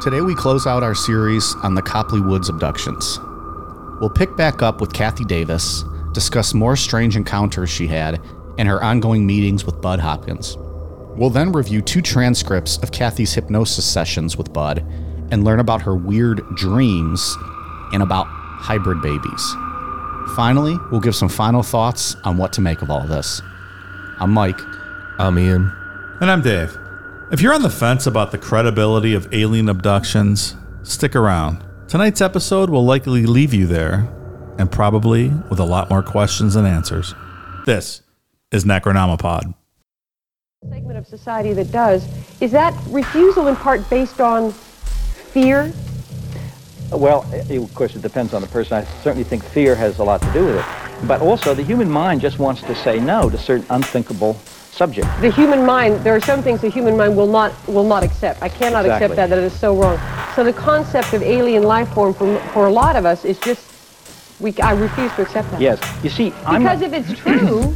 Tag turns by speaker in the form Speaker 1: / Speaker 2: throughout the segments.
Speaker 1: Today, we close out our series on the Copley Woods abductions. We'll pick back up with Kathy Davis, discuss more strange encounters she had, and her ongoing meetings with Bud Hopkins. We'll then review two transcripts of Kathy's hypnosis sessions with Bud and learn about her weird dreams and about hybrid babies. Finally, we'll give some final thoughts on what to make of all this. I'm Mike.
Speaker 2: I'm Ian.
Speaker 3: And I'm Dave. If you're on the fence about the credibility of alien abductions, stick around. Tonight's episode will likely leave you there, and probably with a lot more questions than answers. This is Necronomipod.
Speaker 4: segment of society that does. Is that refusal in part based on fear?
Speaker 5: Well, it, of course, it depends on the person. I certainly think fear has a lot to do with it. But also, the human mind just wants to say no to certain unthinkable subjects.
Speaker 4: The human mind, there are some things the human mind will not will not accept. I cannot accept
Speaker 5: Exactly.
Speaker 4: that. That is so wrong. So the concept of alien life form for, for a lot of us is just we I refuse to accept that.
Speaker 5: Yes. You see, I'm.
Speaker 4: Because if it's true,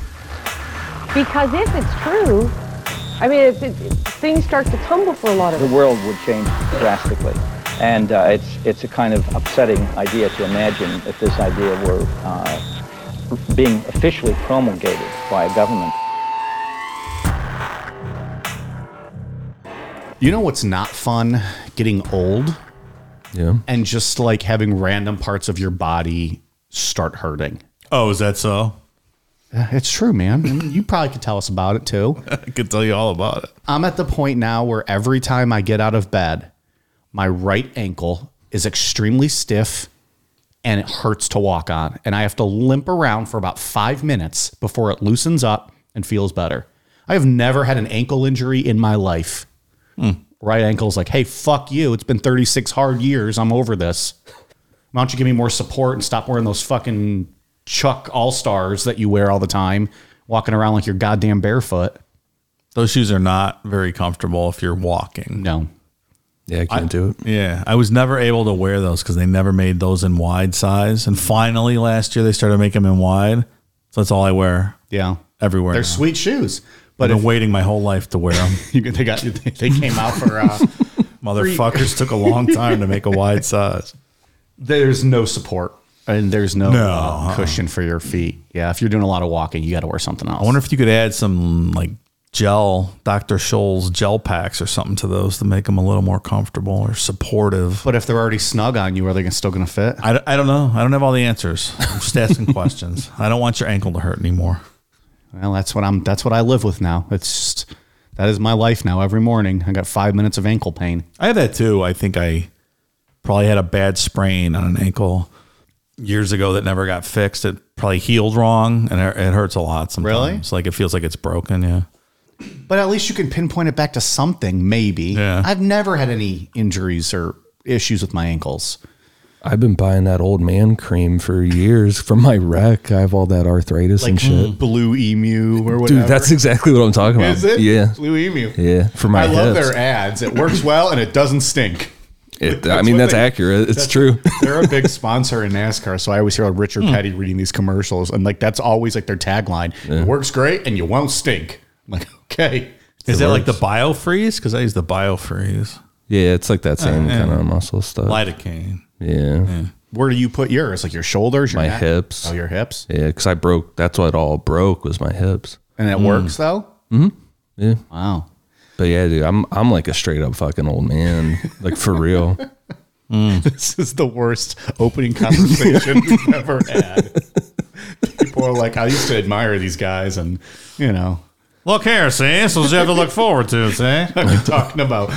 Speaker 4: because if it's true, I mean, it's, it, things start to tumble for a lot of
Speaker 5: the
Speaker 4: us.
Speaker 5: world would change drastically. And uh, it's, it's a kind of upsetting idea to imagine if this idea were uh, being officially promulgated by a government.
Speaker 1: You know what's not fun? Getting old.
Speaker 2: Yeah.
Speaker 1: and just like having random parts of your body start hurting.
Speaker 3: Oh, is that so?
Speaker 1: It's true, man. I mean, you probably could tell us about it too.
Speaker 3: I could tell you all about it.
Speaker 1: I'm at the point now where every time I get out of bed, my right ankle is extremely stiff and it hurts to walk on. And I have to limp around for about five minutes before it loosens up and feels better. I have never had an ankle injury in my life. Right ankle's like, hey, fuck you. It's been 36 hard years. I'm over this. Why don't you give me more support and stop wearing those fucking Chuck All Stars that you wear all the time, walking around like you're goddamn barefoot?
Speaker 3: Those shoes are not very comfortable if you're walking.
Speaker 1: No.
Speaker 2: Yeah, I can't do it.
Speaker 3: Yeah, I was never able to wear those because they never made those in wide size. And finally, last year, they started making them in wide. So that's all I wear
Speaker 1: Yeah.
Speaker 3: everywhere.
Speaker 1: They're
Speaker 3: now.
Speaker 1: sweet shoes, but
Speaker 3: I've been
Speaker 1: if
Speaker 3: waiting my whole life to wear them.
Speaker 1: you, they got they came out for uh,
Speaker 3: Motherfuckers took a long time to make a wide size.
Speaker 1: there's no support and there's no,
Speaker 3: No,
Speaker 1: uh,
Speaker 3: uh-uh.
Speaker 1: cushion for your feet. Yeah, if you're doing a lot of walking, you got to wear something else.
Speaker 3: I wonder if you could add some like gel, Dr. Scholl's gel packs or something to those to make them a little more comfortable or supportive.
Speaker 1: but if they're already snug on you, are they still going to fit?
Speaker 3: I, I don't know. I don't have all the answers. I'm just asking questions. I don't want your ankle to hurt anymore.
Speaker 1: Well, that's what I'm. That's what I live with now. It's just that is my life now. Every morning, I got five minutes of ankle pain.
Speaker 3: I have that too. I think I probably had a bad sprain on an ankle years ago that never got fixed. It probably healed wrong and it, it hurts a lot sometimes.
Speaker 1: Really?
Speaker 3: Like it feels like it's broken. Yeah.
Speaker 1: But at least you can pinpoint it back to something. Maybe.
Speaker 3: Yeah.
Speaker 1: I've never had any injuries or issues with my ankles.
Speaker 2: I've been buying that old man cream for years from my wreck. I have all that arthritis and shit.
Speaker 1: blue emu or hmm, whatever.
Speaker 2: Dude, that's exactly what I'm talking about.
Speaker 1: Is it?
Speaker 2: Yeah.
Speaker 1: Blue Emu.
Speaker 2: Yeah. For my
Speaker 1: I love
Speaker 2: hips.
Speaker 1: their ads. It works well and it doesn't stink.
Speaker 2: It- I mean,
Speaker 1: what
Speaker 2: that's
Speaker 1: they-
Speaker 2: accurate. It's true.
Speaker 1: They're a big sponsor in NASCAR, so I always hear like Richard
Speaker 2: Hmm.
Speaker 1: Petty reading these commercials, and like that's always like their tagline: "It works great and you won't stink." I'm like, okay,
Speaker 3: Is that like the biofreeze? Because I use the biofreeze.
Speaker 2: yeah, it's like that same kind of muscle stuff.
Speaker 3: Lidocaine.
Speaker 2: yeah.
Speaker 1: where do you put yours? Like your shoulders, your
Speaker 2: My
Speaker 1: neck?
Speaker 2: hips.
Speaker 1: oh, your hips,
Speaker 2: Yeah, because I broke. That's what all broke was my hips.
Speaker 1: and it works though. Mm-hmm.
Speaker 2: Hmm. Yeah.
Speaker 1: Wow.
Speaker 2: But yeah, dude, I'm I'm like a straight up fucking old man, like for real.
Speaker 1: This is the worst opening conversation we've ever had. People are like, I used to admire these guys, and you know,
Speaker 3: Look here, see? This is you have to look forward to, see?
Speaker 1: talking about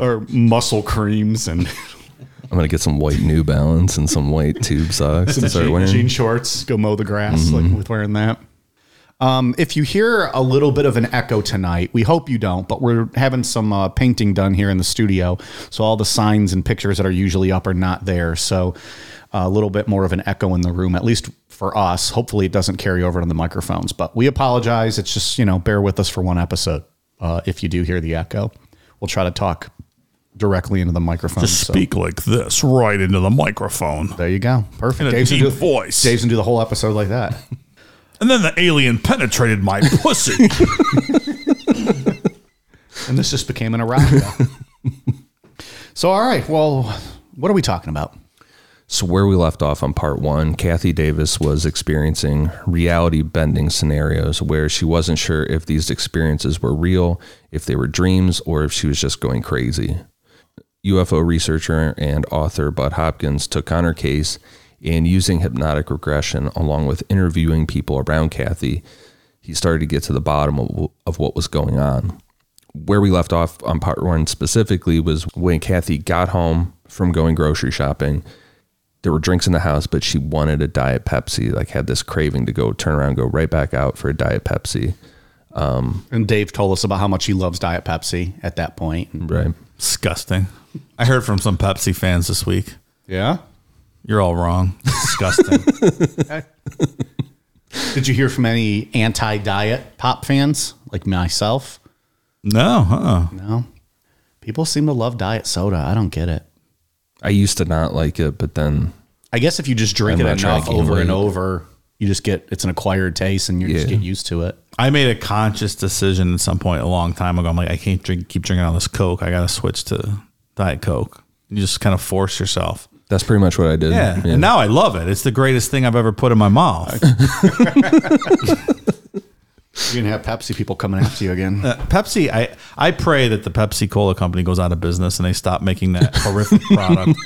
Speaker 1: or muscle creams and
Speaker 2: I'm gonna get some white New Balance and some white tube socks and start
Speaker 1: jean,
Speaker 2: wearing.
Speaker 1: jean shorts, go mow the grass
Speaker 3: Mm-hmm.
Speaker 1: like with wearing that. Um, if you hear a little bit of an echo tonight, we hope you don't, but we're having some uh, painting done here in the studio. So all the signs and pictures that are usually up are not there. So uh, a little bit more of an echo in the room, at least for us. Hopefully it doesn't carry over to the microphones, but we apologize. It's just, you know, bear with us for one episode. Uh, if you do hear the echo, we'll try to talk directly into the microphone.
Speaker 3: Just speak like this right into the microphone.
Speaker 1: There you go. Perfect.
Speaker 3: In a
Speaker 1: Dave's gonna
Speaker 3: deep
Speaker 1: do-
Speaker 3: voice.
Speaker 1: Dave's gonna do the whole episode like that.
Speaker 3: And then the alien penetrated my pussy.
Speaker 1: and this just became an erotica. So, all right. Well, what are we talking about?
Speaker 2: So, where we left off on part one, Kathy Davis was experiencing reality bending scenarios where she wasn't sure if these experiences were real, if they were dreams, or if she was just going crazy. UFO researcher and author Bud Hopkins took on her case and using hypnotic regression along with interviewing people around Kathy, he started to get to the bottom of, of what was going on where we left off on part one specifically was when Kathy got home from going grocery shopping. There were drinks in the house, but she wanted a Diet Pepsi, like had this craving to go turn around, and go right back out for a Diet Pepsi.
Speaker 1: And Dave told us about how much he loves Diet Pepsi at that point.
Speaker 2: Right.
Speaker 3: Disgusting. I heard from some Pepsi fans this week.
Speaker 1: Yeah.
Speaker 3: You're all wrong. Disgusting.
Speaker 1: Did you hear from any anti diet pop fans like myself?
Speaker 3: no, uh-uh. huh?
Speaker 1: No. People seem to love diet soda. I don't get it.
Speaker 2: I used to not like it, but then
Speaker 1: I guess if you just drink
Speaker 2: I'm
Speaker 1: it
Speaker 2: not trying
Speaker 1: enough
Speaker 2: to gain
Speaker 1: over and
Speaker 2: weight.
Speaker 1: over, you just get it's an acquired taste and you just
Speaker 2: Yeah.
Speaker 1: get used to it.
Speaker 3: I made a conscious decision at some point a long time ago. I'm like, I can't drink, keep drinking all this Coke. I got to switch to Diet Coke. You just kind of force yourself.
Speaker 2: that's pretty much what I did.
Speaker 3: Yeah. And now I love it. It's the greatest thing I've ever put in my mouth.
Speaker 1: You're gonna have Pepsi people coming after you again.
Speaker 3: Uh, Pepsi, I, I pray that the Pepsi Cola company goes out of business and they stop making that horrific product.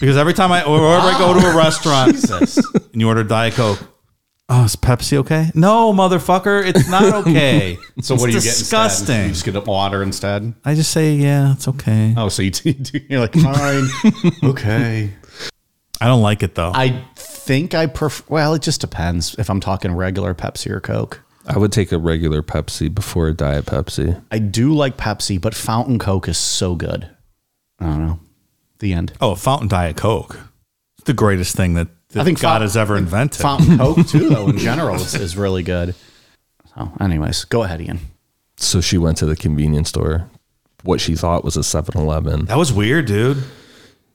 Speaker 3: because every time I, or wherever I go to
Speaker 1: Oh,
Speaker 3: a restaurant and you order Diet Coke, oh, is Pepsi okay? No, motherfucker, it's not okay.
Speaker 1: So what do you get? Instead?
Speaker 3: Disgusting.
Speaker 1: You just get water instead.
Speaker 3: I just say, yeah, it's okay.
Speaker 1: Oh, so you do, you're like fine, okay.
Speaker 3: I don't like it though.
Speaker 1: I think I prefer. Well, it just depends if I'm talking regular Pepsi or Coke.
Speaker 2: I would take a regular Pepsi before a Diet Pepsi.
Speaker 1: I do like Pepsi, but fountain Coke is so good. I don't know. The end.
Speaker 3: oh, fountain Diet Coke. It's the greatest thing that, that
Speaker 1: I think
Speaker 3: God
Speaker 1: fount-
Speaker 3: has ever invented.
Speaker 1: Fountain Coke too, though, in general, is, is really good. So, anyways, go ahead, Ian.
Speaker 2: So she went to the convenience store, what she thought was a 7 Eleven.
Speaker 3: that was weird, dude.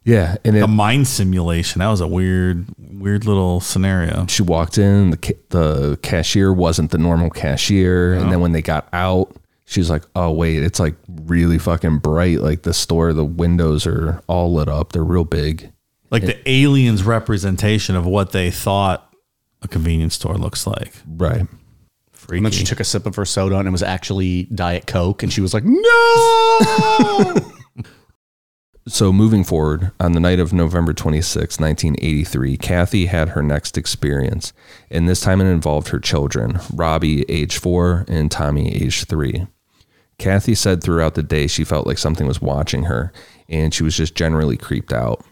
Speaker 2: Yeah. And it,
Speaker 3: The mind simulation. That was a weird, weird little scenario.
Speaker 2: she walked in the ca- the cashier wasn't the normal cashier and then when they got out she's like oh wait it's like really fucking bright like the store the windows are all lit up they're real big
Speaker 3: Like the aliens' representation of what they thought a convenience store looks like.
Speaker 2: right
Speaker 1: And then she
Speaker 3: Freaky.
Speaker 1: took a sip of her soda, and it was actually Diet Coke, and she was like, "No."
Speaker 2: so moving forward on the night of november 26 1983 kathy had her next experience and this time it involved her children robbie age 4 and tommy age 3 Kathy said throughout the day she felt like something was watching her and she was just generally creeped out.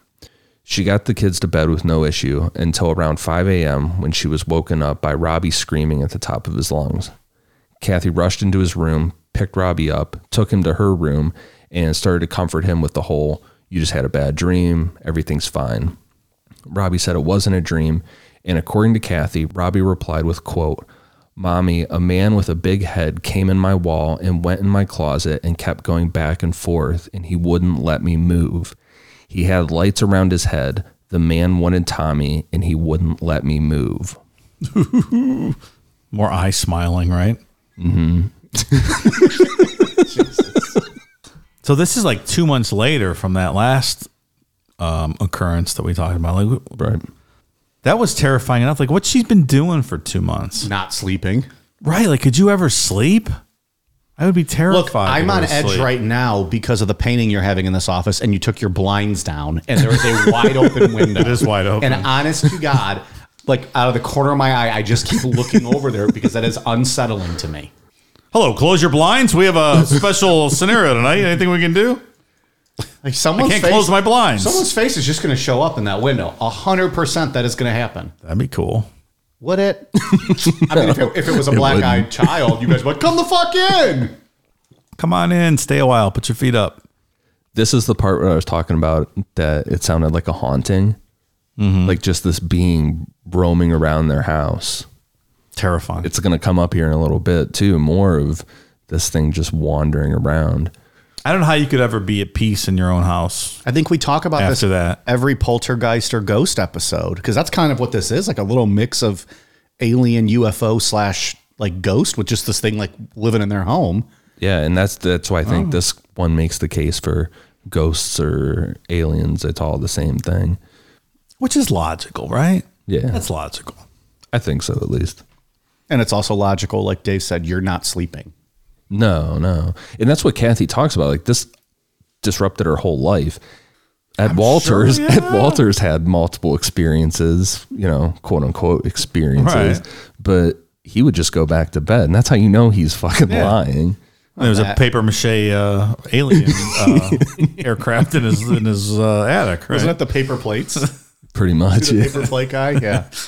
Speaker 2: She got the kids to bed with no issue until around 5 a.m. when she was woken up by Robbie screaming at the top of his lungs. Kathy rushed into his room, picked Robbie up, took him to her room, and started to comfort him with the whole, You just had a bad dream, everything's fine. Robbie said it wasn't a dream, and according to Kathy, Robbie replied with quote, "Mommy, a man with a big head came in my wall and went in my closet and kept going back and forth and he wouldn't let me move. He had lights around his head. The man wanted Tommy and he wouldn't let me move."
Speaker 3: More eye smiling, right? Mm-hmm. so this is like two months later from that last um, occurrence that we talked about. Like
Speaker 2: Right.
Speaker 3: that was terrifying enough. Like what she's been doing for two months,
Speaker 1: Not sleeping.
Speaker 3: right? Like, could you ever sleep? I would be terrified.
Speaker 1: Look, I'm
Speaker 3: to go
Speaker 1: on
Speaker 3: to
Speaker 1: edge
Speaker 3: sleep.
Speaker 1: right now because of the painting you're having in this office, and you took your blinds down, and there is a wide open window. It
Speaker 3: is wide open.
Speaker 1: And honest to God, like out of the corner of my eye, I just keep looking over there because that is unsettling to me.
Speaker 3: Hello, close your blinds. We have a special scenario tonight. Anything we can do?
Speaker 1: Like someone's
Speaker 3: can't
Speaker 1: face,
Speaker 3: close my blinds.
Speaker 1: Someone's face is just going to show up in that window. A hundred percent, that is going to happen.
Speaker 3: That'd be cool.
Speaker 1: Would it? I mean, if it, if it was a black-eyed child, you guys would come the fuck in.
Speaker 3: Come on in, stay a while, put your feet up.
Speaker 2: This is the part where I was talking about that it sounded like a haunting. Like just this being roaming around their house.
Speaker 3: Terrifying.
Speaker 2: It's going to come up here in a little bit too, more of this thing just wandering around.
Speaker 3: I don't know how you could ever be at peace in your own house.
Speaker 1: I think we talk about this
Speaker 3: After that.
Speaker 1: every poltergeist or ghost episode because that's kind of what this is like a little mix of alien UFO slash like ghost with just this thing like living in their home.
Speaker 2: Yeah, and that's that's why I think this one makes the case for ghosts or aliens, it's all the same thing.
Speaker 3: Which is logical, right?
Speaker 2: Yeah.
Speaker 3: That's logical.
Speaker 2: I think so, at least.
Speaker 1: And it's also logical, like Dave said, you're not sleeping.
Speaker 2: No, no. And that's what Kathy talks about. Like this disrupted her whole life. At Walters,
Speaker 3: sure,
Speaker 2: at Walters had multiple experiences, you know, quote unquote experiences,
Speaker 3: Right.
Speaker 2: but he would just go back to bed. And that's how you know he's fucking
Speaker 3: Yeah.
Speaker 2: lying.
Speaker 3: There was a
Speaker 1: that-
Speaker 3: paper mache uh, alien uh, aircraft in his in his uh, attic, right?
Speaker 1: Wasn't that the paper plates?
Speaker 2: Pretty much.
Speaker 1: the
Speaker 2: yeah.
Speaker 1: paper plate guy? Yeah.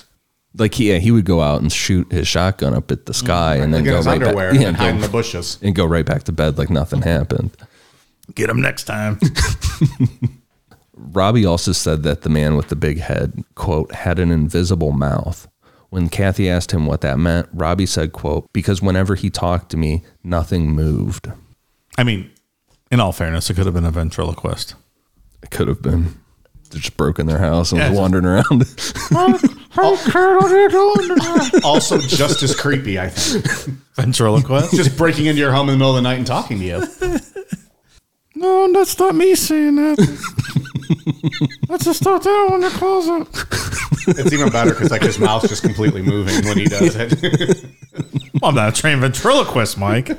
Speaker 2: Like he, yeah, he would go out and shoot his shotgun up at the sky and then
Speaker 1: Mm, Like in
Speaker 2: go
Speaker 1: his
Speaker 2: right
Speaker 1: underwear
Speaker 2: back, yeah,
Speaker 1: and
Speaker 2: go-
Speaker 1: hide in the bushes.
Speaker 2: and go right back to bed like nothing happened.
Speaker 3: Get him next time.
Speaker 2: Robbie also said that the man with the big head, quote, had an invisible mouth. When Kathy asked him what that meant, Robbie said, quote, because whenever he talked to me, nothing moved.
Speaker 3: I mean, in all fairness, it could have been a ventriloquist.
Speaker 2: It could have been they just broke in their house and
Speaker 3: Yeah,
Speaker 2: was
Speaker 3: just-
Speaker 2: wandering around.
Speaker 1: Also, just as creepy, I think.
Speaker 3: Ventriloquist?
Speaker 1: Just breaking into your home in the middle of the night and talking to you.
Speaker 3: no, that's not me saying that. Let's just start that one in the closet.
Speaker 1: It's even better because like his mouth's just completely moving when he does it.
Speaker 3: Well, I'm not a trained ventriloquist, Mike.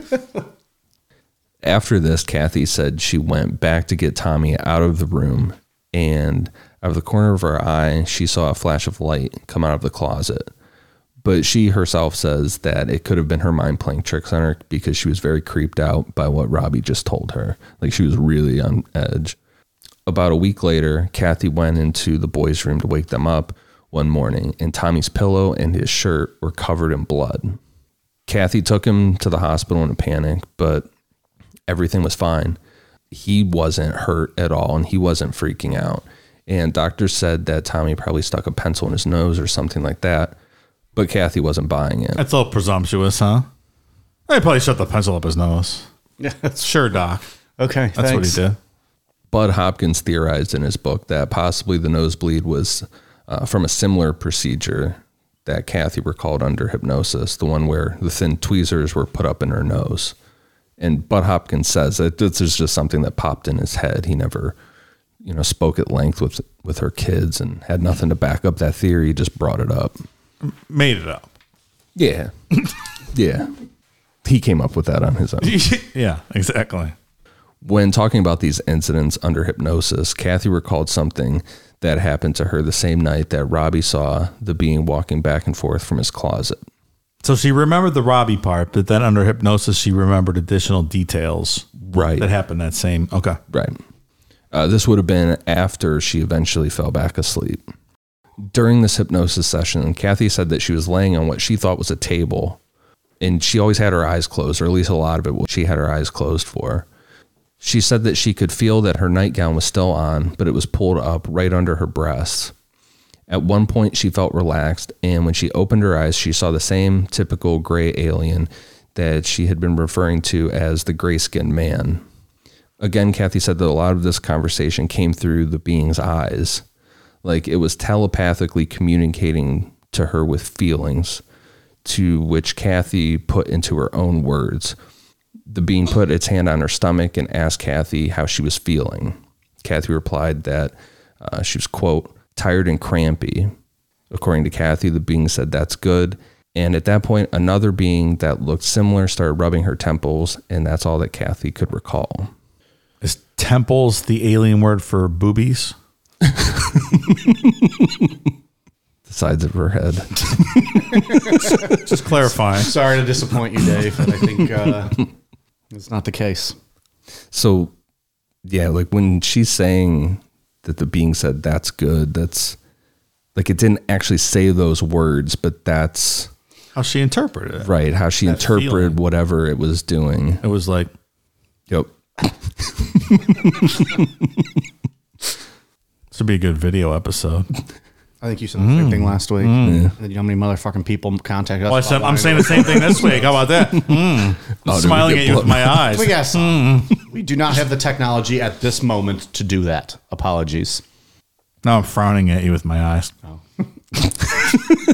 Speaker 2: After this, Kathy said she went back to get Tommy out of the room, and out of the corner of her eye, she saw a flash of light come out of the closet. But she herself says that it could have been her mind playing tricks on her because she was very creeped out by what Robbie just told her. Like she was really on edge. About a week later, Kathy went into the boys' room to wake them up one morning, and Tommy's pillow and his shirt were covered in blood. Kathy took him to the hospital in a panic, but everything was fine. He wasn't hurt at all and he wasn't freaking out. And doctors said that Tommy probably stuck a pencil in his nose or something like that, but Kathy wasn't buying it.
Speaker 3: That's all presumptuous, huh? They probably shut the pencil up his nose.
Speaker 1: Yeah.
Speaker 3: Sure, Doc.
Speaker 1: Okay.
Speaker 3: That's what he did.
Speaker 2: Bud Hopkins theorized in his book that possibly the nosebleed was uh, from a similar procedure that Kathy recalled under hypnosis, the one where the thin tweezers were put up in her nose. And Bud Hopkins says that this is just something that popped in his head. He never, you know, spoke at length with with her kids and had nothing to back up that theory. He just brought it up.
Speaker 3: Made it up.
Speaker 2: Yeah, yeah. He came up with that on his own.
Speaker 3: yeah, exactly.
Speaker 2: When talking about these incidents under hypnosis, Kathy recalled something that happened to her the same night that Robbie saw the being walking back and forth from his closet.
Speaker 3: So she remembered the Robbie part, but then under hypnosis, she remembered additional details
Speaker 2: Right.
Speaker 3: that happened that same. Okay.
Speaker 2: Right. Uh, this would have been after she eventually fell back asleep. During this hypnosis session, Kathy said that she was laying on what she thought was a table, and she always had her eyes closed, or at least a lot of it what she had her eyes closed for. She said that she could feel that her nightgown was still on, but it was pulled up right under her breasts. At one point, she felt relaxed, and when she opened her eyes, she saw the same typical gray alien that she had been referring to as the gray skinned man. Again, Kathy said that a lot of this conversation came through the being's eyes. Like it was telepathically communicating to her with feelings, to which Kathy put into her own words. The being put its hand on her stomach and asked Kathy how she was feeling. Kathy replied that uh, she was, quote, tired and crampy. According to Kathy, the being said, that's good. And at that point, another being that looked similar started rubbing her temples, and that's all that Kathy could recall.
Speaker 3: Is temples the alien word for boobies?
Speaker 2: the sides of her head.
Speaker 3: Just clarifying.
Speaker 1: Sorry to disappoint you, Dave, but I think uh, it's not the case.
Speaker 2: so, yeah, like when she's saying that the being said, that's good, that's like it didn't actually say those words, but that's
Speaker 3: How she interpreted it.
Speaker 2: right how she interpreted
Speaker 3: feeling.
Speaker 2: whatever it was doing.
Speaker 3: It was like,
Speaker 2: Yep.
Speaker 3: this would be a good video episode.
Speaker 1: I think you said the same thing last week. And then you know how many motherfucking people contacted us?
Speaker 3: Well, I said, I'm saying the same thing this week. How about that? Mm.
Speaker 2: Oh, did we
Speaker 3: smiling
Speaker 2: get
Speaker 3: at you with
Speaker 2: blown-
Speaker 3: my eyes.
Speaker 1: But yes, we do not have the technology at this moment to do that. Apologies.
Speaker 3: Now I'm frowning at you with my eyes.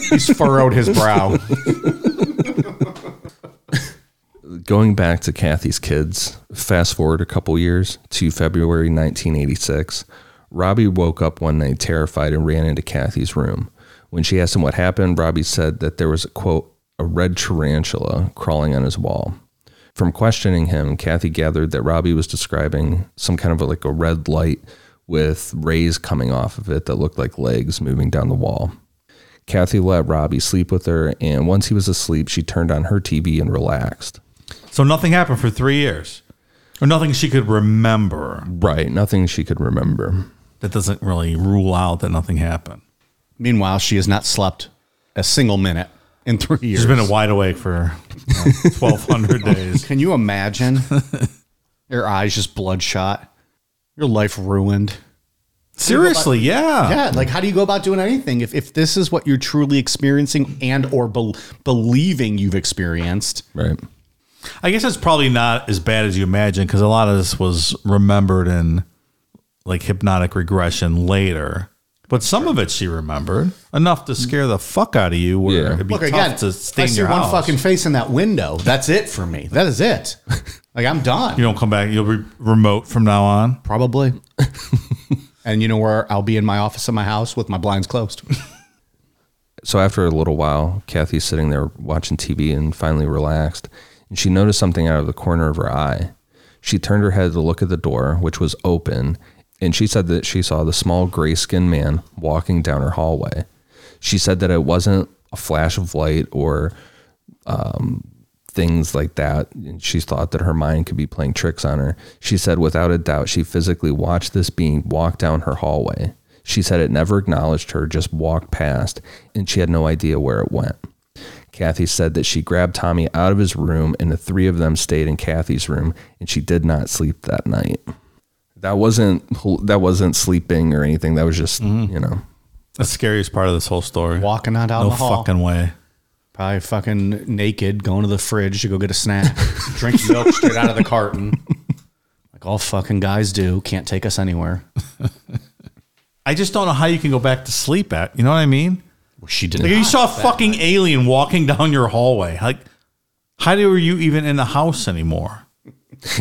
Speaker 1: He's furrowed his brow.
Speaker 2: Going back to Kathy's kids, Fast forward a couple years to February 1986. Robbie woke up one night terrified and ran into Kathy's room. When she asked him what happened, Robbie said that there was, quote, a red tarantula crawling on his wall. From questioning him, Kathy gathered that Robbie was describing some kind of like a red light with rays coming off of it that looked like legs moving down the wall. Kathy let Robbie sleep with her, and once he was asleep, she turned on her TV and relaxed.
Speaker 3: So nothing happened for three years, or nothing she could remember.
Speaker 2: Right, nothing she could remember.
Speaker 3: That doesn't really rule out that nothing happened.
Speaker 1: Meanwhile, she has not slept a single minute in three years.
Speaker 3: She's been wide awake for twelve hundred days.
Speaker 1: Can you imagine? Your eyes just bloodshot. Your life ruined.
Speaker 3: Seriously, yeah.
Speaker 1: Yeah, like how do you go about doing anything if, if this is what you're truly experiencing and or bel believing you've experienced?
Speaker 2: Right.
Speaker 3: I guess it's probably not as bad as you imagine because a lot of this was remembered in like hypnotic regression later. But some of it she remembered enough to scare the fuck out of you, where
Speaker 2: Yeah.
Speaker 3: it'd be
Speaker 1: Look
Speaker 3: tough
Speaker 1: again,
Speaker 3: to
Speaker 1: I
Speaker 3: stay in
Speaker 1: see
Speaker 3: your
Speaker 1: one
Speaker 3: house.
Speaker 1: fucking face in that window. That's it for me. That is it. like I'm done.
Speaker 3: you don't come back. You'll be remote from now on.
Speaker 1: Probably. and you know where I'll be in my office in my house with my blinds closed.
Speaker 2: So after a little while, Kathy's sitting there watching TV and finally relaxed, and she noticed something out of the corner of her eye. She turned her head to look at the door, which was open, and she said that she saw the small gray skinned man walking down her hallway. She said that it wasn't a flash of light or things like that. And she thought that her mind could be playing tricks on her. She said, without a doubt, she physically watched this being walk down her hallway. She said it never acknowledged her, just walked past, and she had no idea where it went. Kathy said that she grabbed Tommy out of his room, and the three of them stayed in Kathy's room, and she did not sleep that night. That wasn't that wasn't sleeping or anything. That was just you know
Speaker 3: That's the scariest part of this whole story.
Speaker 1: Walking out down
Speaker 3: no
Speaker 1: the hall.
Speaker 3: fucking way.
Speaker 1: Probably fucking naked, going to the fridge to go get a snack, drink milk straight out of the carton. Like all fucking guys do. Can't take us anywhere.
Speaker 3: I just don't know how you can go back to sleep at. You know what I mean?
Speaker 1: Well, she
Speaker 3: Like, if
Speaker 1: didn't.
Speaker 3: you saw a fucking alien walking down your hallway. Like, how do were you even in the house anymore?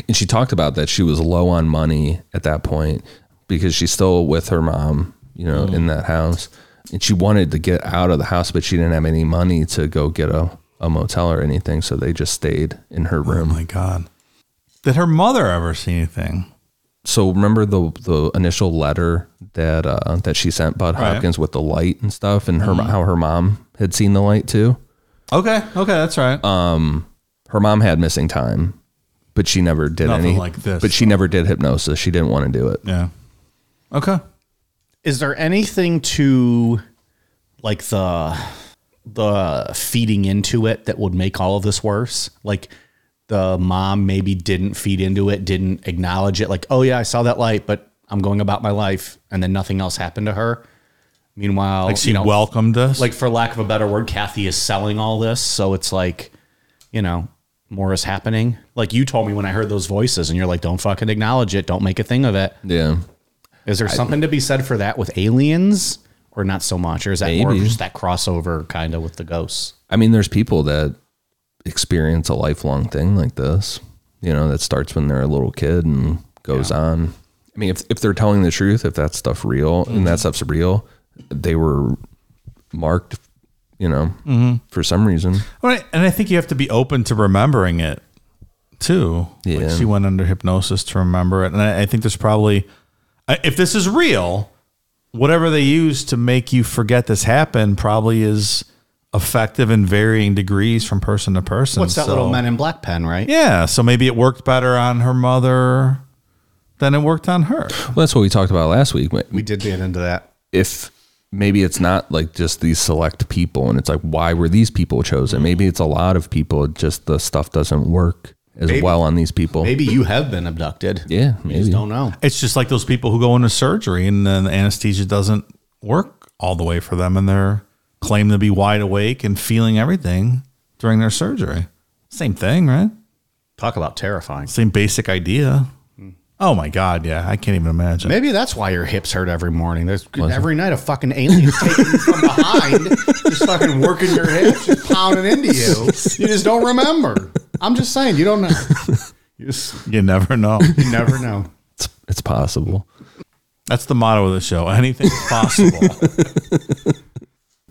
Speaker 2: And she talked about that she was low on money at that point because she's still with her mom, you know,
Speaker 3: Mm.
Speaker 2: in that house. And she wanted to get out of the house, but she didn't have any money to go get a, a motel or anything. So they just stayed in her room.
Speaker 3: Oh my god! Did her mother ever see anything?
Speaker 2: so remember the the initial letter that uh, that she sent Bud
Speaker 3: Right. Mm-hmm.
Speaker 2: Hopkins with the light and stuff, and her how her mom had seen the light too.
Speaker 3: Okay, okay, that's right.
Speaker 2: Her mom had missing time, but she never did
Speaker 3: Nothing
Speaker 2: any
Speaker 3: like this,
Speaker 2: But she never did hypnosis. She didn't want to do it.
Speaker 3: yeah. Okay.
Speaker 1: Is there anything to like the the feeding into it that would make all of this worse? Like the mom maybe didn't feed into it, didn't acknowledge it. Like, oh yeah, I saw that light, but I'm going about my life, and then nothing else happened to her. Meanwhile,
Speaker 3: Like she
Speaker 1: you know,
Speaker 3: welcomed us.
Speaker 1: like for lack of a better word, Kathy is selling all this, so it's like, you know, more is happening. Like you told me when I heard those voices, and you're like, don't fucking acknowledge it, don't make a thing of it.
Speaker 2: Yeah.
Speaker 1: Is there something to be said for that with aliens, or not so much, or is that more of
Speaker 2: Maybe.
Speaker 1: just that crossover kind of with the ghosts?
Speaker 2: I mean, there's people that experience a lifelong thing like this, you know, that starts when they're a little kid and goes on. I mean, if, if they're telling the truth, if that stuff real and
Speaker 1: Mhm.
Speaker 2: that stuff's real, they were marked, you know,
Speaker 1: Mm-hmm.
Speaker 2: for some reason.
Speaker 3: All right, and I think you have to be open to remembering it too.
Speaker 2: Yeah.
Speaker 3: Like she went under hypnosis to remember it, and I, I think there's probably, I- if this is real, whatever they use to make you forget this happened probably is effective in varying degrees from person to person.
Speaker 1: What's that
Speaker 3: So-
Speaker 1: little Men in Black pen, right?
Speaker 3: Yeah, so maybe it worked better on her mother than it worked on her.
Speaker 2: Well, that's what we talked about last week. but
Speaker 1: We did get into that.
Speaker 2: If maybe it's not like just these select people and it's like, why were these people
Speaker 1: Mm-hmm.
Speaker 2: chosen? Maybe it's a lot of people, just the stuff doesn't work as
Speaker 1: Maybe.
Speaker 2: well on these people.
Speaker 1: Maybe you have been abducted.
Speaker 2: Yeah,
Speaker 1: we just
Speaker 2: maybe.
Speaker 1: don't know.
Speaker 3: It's just like those people who go into surgery and then the anesthesia doesn't work all the way for them and they're claim to be wide awake and feeling everything during their surgery. Same thing, right?
Speaker 1: Talk about terrifying.
Speaker 3: Same basic idea. Oh my god, yeah, I can't even imagine.
Speaker 1: Maybe that's why your hips hurt every morning. There's every night a fucking alien taking you from behind, just fucking working your hips, just pounding into you. You just don't remember. I'm just saying, you don't know.
Speaker 3: You never know.
Speaker 1: You never know.
Speaker 2: It's, it's possible.
Speaker 3: That's the motto of the show. Anything's possible.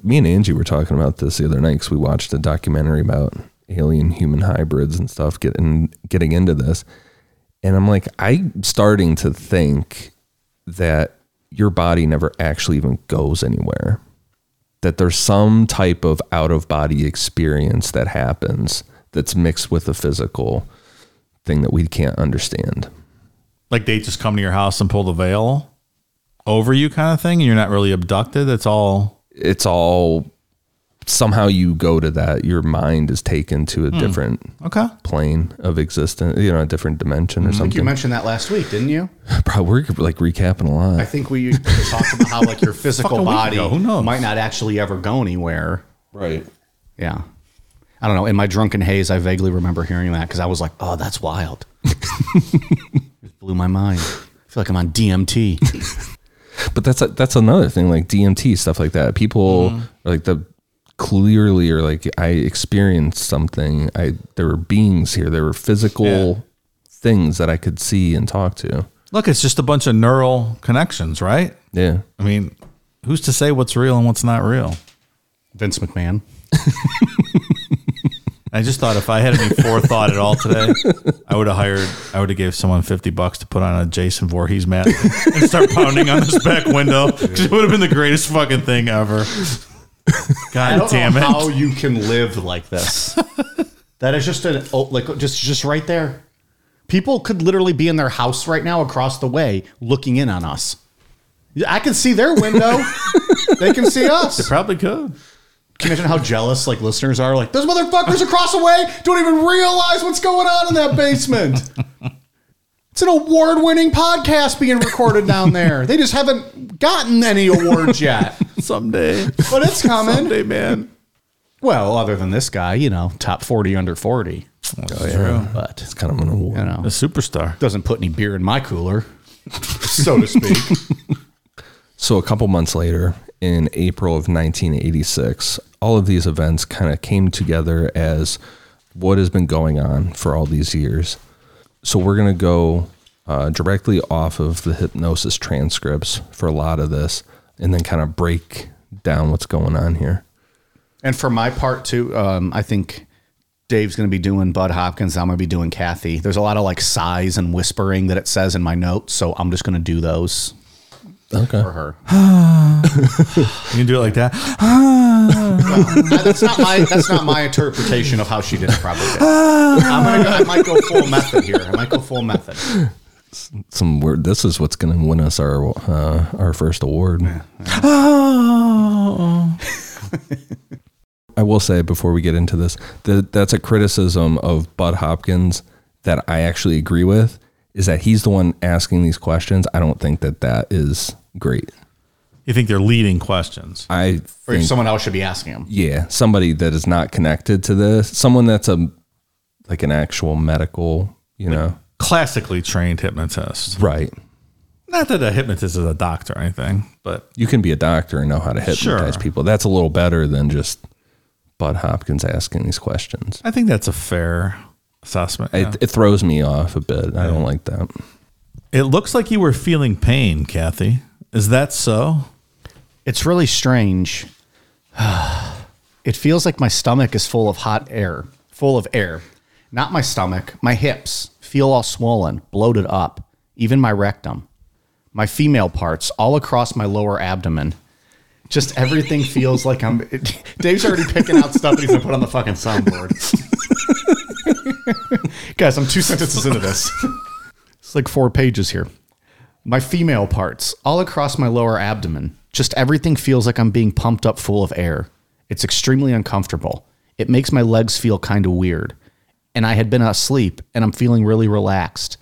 Speaker 2: Me and Angie were talking about this the other night because we watched a documentary about alien human hybrids and stuff getting getting into this, and I'm like, I'm starting to think that your body never actually even goes anywhere. That there's some type of out of body experience that happens that's mixed with a physical thing that we can't understand.
Speaker 3: like they just come to your house and pull the veil over you kind of thing and you're not really abducted that's all
Speaker 2: it's all somehow you go to that your mind is taken to a different
Speaker 3: okay
Speaker 2: plane of existence you know a different dimension
Speaker 1: Mm,
Speaker 2: or
Speaker 1: Like
Speaker 2: something
Speaker 1: you mentioned that last week, didn't you?
Speaker 2: Bro, we're like recapping a lot
Speaker 1: I think we talked about how like your
Speaker 3: Fuck, a
Speaker 1: physical
Speaker 3: week
Speaker 1: body
Speaker 3: ago, who knows?
Speaker 1: might not actually ever go anywhere.
Speaker 2: right
Speaker 1: Yeah. I don't know. In my drunken haze, I vaguely remember hearing that because I was like, oh, that's wild. it blew my mind. I feel like I'm on DMT.
Speaker 2: but that's that's another thing like dmt stuff like that people
Speaker 1: Mm-hmm.
Speaker 2: like the clearly or like i experienced something i there were beings here there were physical things that i could see and talk to
Speaker 3: look it's just a bunch of neural connections right
Speaker 2: yeah
Speaker 3: i mean who's to say what's real and what's not real
Speaker 1: Vince McMahon.
Speaker 3: i just thought if i had any forethought at all today i would have hired i would have gave someone 50 bucks to put on a jason Voorhees mat and start pounding on this back window 'cause it would have been the greatest fucking thing ever god damn it
Speaker 1: Oh, How you can live like this? that is just an oh, like just just right there. People could literally be in their house right now across the way looking in on us. Yeah, I can see their window. they can see us.
Speaker 3: probably could
Speaker 1: Can you imagine how jealous like listeners are? Like those motherfuckers across the way don't even realize what's going on in that basement. It's an award-winning podcast being recorded down there. They just haven't gotten any awards yet,
Speaker 3: someday
Speaker 1: but it's coming.
Speaker 3: someday man
Speaker 1: Well, other than this guy, you know, top 40 under 40,
Speaker 3: that's true
Speaker 1: but,
Speaker 2: Oh, it's kind of an award
Speaker 1: you
Speaker 3: a
Speaker 1: know,
Speaker 3: superstar
Speaker 1: doesn't put any beer in my cooler, so to speak.
Speaker 2: So, a couple months later, in April of 1986, all of these events kind of came together as what has been going on for all these years. So, we're going to go uh, directly off of the hypnosis transcripts for a lot of this and then kind of break down what's going on here.
Speaker 1: and for my part, too, um, I think Dave's going to be doing Bud Hopkins. I'm going to be doing Kathy. There's a lot of like sighs and whispering that it says in my notes. So I'm just going to do those
Speaker 2: Okay.
Speaker 1: for her.
Speaker 3: you can do it like that
Speaker 1: that's, not my, that's not my interpretation of how she did it, probably. I'm gonna go, I might go full method here. I might go full method.
Speaker 2: Some word. This is what's going to win us our uh, our first award.
Speaker 3: Oh.
Speaker 2: I will say before we get into this that that's a criticism of Bud Hopkins that I actually agree with is that he's the one asking these questions. I don't think that that is great.
Speaker 3: You think they're leading questions?
Speaker 2: I
Speaker 1: Or
Speaker 2: think,
Speaker 1: someone else should be asking him.
Speaker 2: yeah, somebody that is not connected to this, someone that's a like an actual medical, you know,
Speaker 3: Classically trained hypnotist.
Speaker 2: right.
Speaker 3: Not that a hypnotist is a doctor or anything, but
Speaker 2: You can be a doctor and know how to hypnotize
Speaker 3: Sure.
Speaker 2: people. That's a little better than just Bud Hopkins asking these questions.
Speaker 3: I think that's a fair assessment. yeah.
Speaker 2: It, it throws me off a bit. I don't like that.
Speaker 3: It looks like you were feeling pain, Kathy. Is that so?
Speaker 1: It's really strange. it feels like my stomach is full of hot air, full of air. Not my stomach, my hips feel all swollen, bloated up, even my rectum. My female parts all across my lower abdomen. Just everything feels like I'm. It, Dave's already picking out stuff that he's gonna put on the fucking soundboard. Guys, I'm two sentences into this. It's like four pages here my female parts, all across my lower abdomen. Just everything feels like I'm being pumped up full of air. It's extremely uncomfortable. It makes my legs feel kind of weird. And I had been asleep and I'm feeling really relaxed.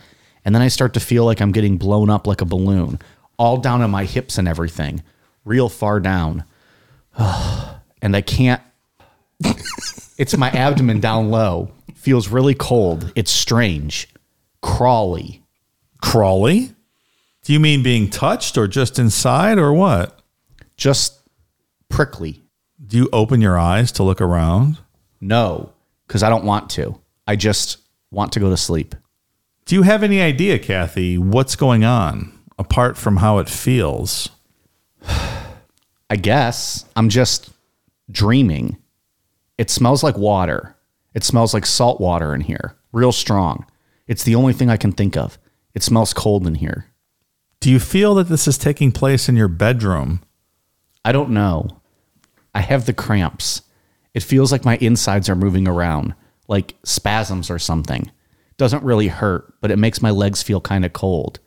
Speaker 1: And then I start to feel like I'm getting blown up like a balloon, all down on my hips and everything, real far down. and I can't. it's my abdomen down low. Feels really cold. It's strange. Crawly.
Speaker 3: Crawly? Do you mean being touched or just inside or what?
Speaker 1: just prickly.
Speaker 3: Do you open your eyes to look around?
Speaker 1: No, because I don't want to. I just want to go to sleep.
Speaker 3: Do you have any idea, Kathy, what's going on apart from how it feels?
Speaker 1: I guess I'm just dreaming. It smells like water. It smells like salt water in here, real strong. It's the only thing I can think of. It smells cold in here.
Speaker 3: Do you feel that this is taking place in your bedroom?
Speaker 1: I don't know. I have the cramps. It feels like my insides are moving around, like spasms or something. Doesn't really hurt, but it makes my legs feel kind of cold.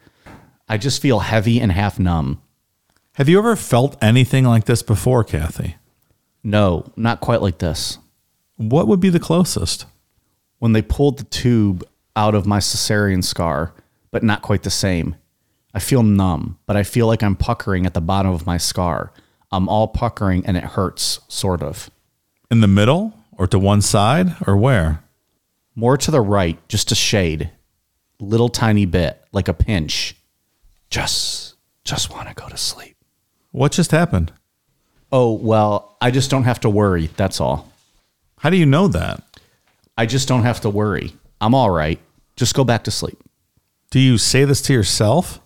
Speaker 1: I just feel heavy and half numb.
Speaker 3: Have you ever felt anything like this before, Kathy?
Speaker 1: No, not quite like this.
Speaker 3: What would be the closest?
Speaker 1: When they pulled the tube out of my cesarean scar, but not quite the same. I feel numb, but I feel like I'm puckering at the bottom of my scar. I'm all puckering and it hurts, sort of.
Speaker 3: In the middle or to one side or where?
Speaker 1: More to the right, just a shade, little tiny bit, like a pinch. Just, just want to go to sleep.
Speaker 3: What just happened?
Speaker 1: Oh, well, I just don't have to worry. That's all.
Speaker 3: How do you know that?
Speaker 1: I just don't have to worry. I'm all right. Just go back to sleep.
Speaker 3: Do you say this to yourself?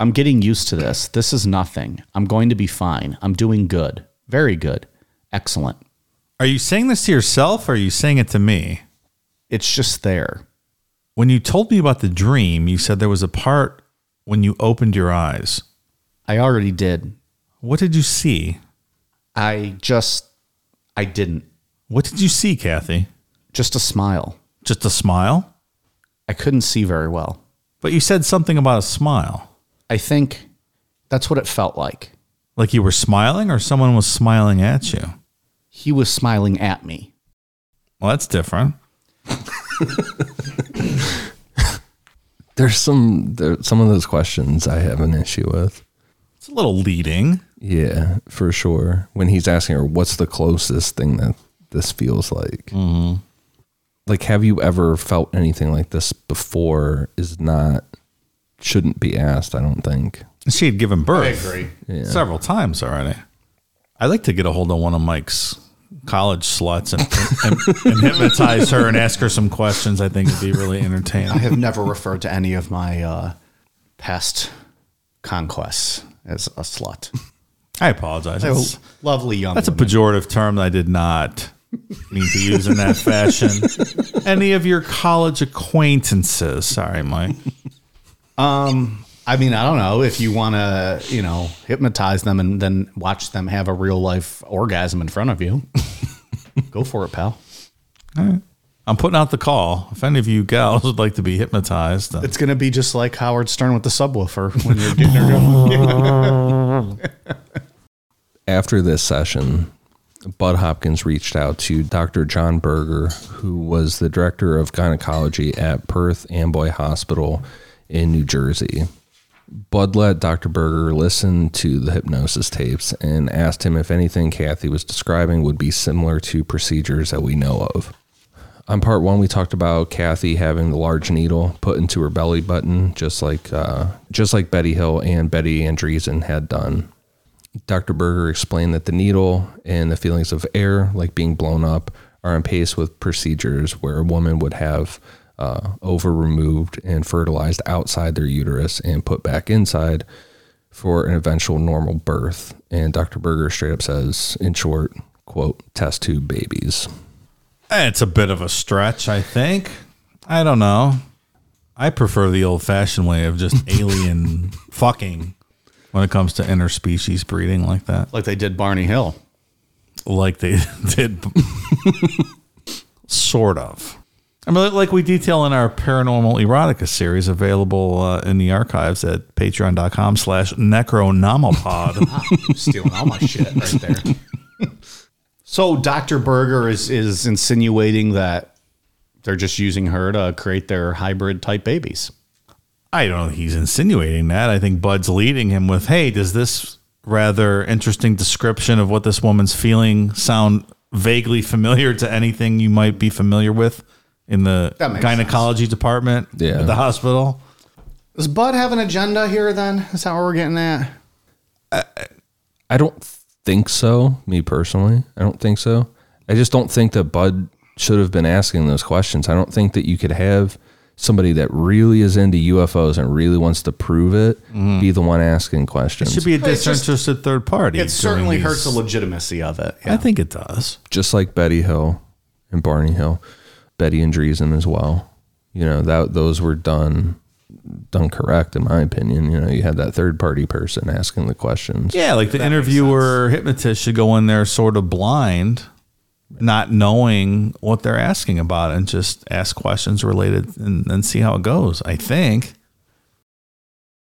Speaker 1: I'm getting used to this. This is nothing. I'm going to be fine. I'm doing good. Very good. Excellent.
Speaker 3: Are you saying this to yourself or are you saying it to me?
Speaker 1: It's just there.
Speaker 3: When you told me about the dream, you said there was a part when you opened your eyes.
Speaker 1: I already did.
Speaker 3: What did you see?
Speaker 1: I just, I didn't.
Speaker 3: What did you see, Kathy?
Speaker 1: Just a smile.
Speaker 3: Just a smile?
Speaker 1: I couldn't see very well.
Speaker 3: But you said something about a smile.
Speaker 1: I think that's what it felt like.
Speaker 3: Like you were smiling or someone was smiling at you?
Speaker 1: He was smiling at me.
Speaker 3: Well, that's different.
Speaker 2: There's some there, some of those questions I have an issue with.
Speaker 3: It's a little leading.
Speaker 2: Yeah, for sure. When he's asking her, "What's the closest thing that this feels like?" Like, have you ever felt anything like this before? Is not shouldn't be asked. I don't think.
Speaker 3: She had given birth several times already. I'd like to get a hold of one of Mike's college sluts and, and, and hypnotize her and ask her some questions. I think would be really
Speaker 1: I
Speaker 3: entertaining.
Speaker 1: have never referred to any of my uh, past conquests as a slut.
Speaker 3: I apologize.
Speaker 1: They're
Speaker 3: That's,
Speaker 1: lovely young.
Speaker 3: Oh. that's a
Speaker 1: women.
Speaker 3: pejorative term that I did not mean to use in that fashion. Any of your college acquaintances? Sorry, Mike.
Speaker 1: I mean, I don't know if you want to, you know, hypnotize them and then watch them have a real life orgasm in front of you. Go for it, pal.
Speaker 3: I'm putting out the call. If any of you gals would like to be hypnotized, uh,
Speaker 1: It's gonna be just like Howard Stern with the subwoofer when you're getting her going.
Speaker 2: after this session, Bud Hopkins reached out to Dr. John Berger, who was the director of gynecology at Perth Amboy Hospital in New Jersey. Bud let Dr. Berger listen to the hypnosis tapes and asked him if anything Kathy was describing would be similar to procedures that we know of. On part one, we talked about Kathy having the large needle put into her belly button, just like uh, just like Betty Hill and Betty Andreessen had done. Dr. Berger explained that the needle and the feelings of air, like being blown up, are in pace with procedures where a woman would have uh, over removed and fertilized outside their uterus and put back inside for an eventual normal birth. And Dr. Berger straight up says, in short, quote, test tube babies.
Speaker 3: It's a bit of a stretch, I think. I don't know. I prefer the old fashioned way of just alien fucking when it comes to interspecies breeding like that.
Speaker 1: like they did Barney Hill.
Speaker 3: Like they did. sort of. I mean, like we detail in our paranormal erotica series available uh, in the archives at patreon.com slash necronomopod.
Speaker 1: stealing all my shit right there. so Dr. Berger is is insinuating that they're just using her to create their hybrid type babies.
Speaker 3: I don't know if he's insinuating that. I think Bud's leading him with, hey, does this rather interesting description of what this woman's feeling sound vaguely familiar to anything you might be familiar with in the
Speaker 1: That makes
Speaker 3: gynecology department
Speaker 2: Yeah.
Speaker 3: at the hospital?
Speaker 1: Does Bud have an agenda here then? Is that where we're getting at?
Speaker 2: I don't think so, me personally. I don't think so. I just don't think that Bud should have been asking those questions. I don't think that you could have somebody that really is into UFOs and really wants to prove it be the one asking questions.
Speaker 3: Mm-hmm. Should be a
Speaker 1: Well, it's just-
Speaker 3: disinterested third party.
Speaker 1: It certainly
Speaker 3: doing
Speaker 1: hurts the
Speaker 3: these-
Speaker 1: legitimacy of it.
Speaker 3: I think it does.
Speaker 2: just like Betty Hill and Barney Hill, Betty and Dreesen as well. You know that those were done done correct in my opinion. You know you had that third party person asking the questions.
Speaker 3: Yeah, like the interviewer hypnotist should go in there sort of blind, not knowing what they're asking about, and just ask questions related and, and see how it goes. I think.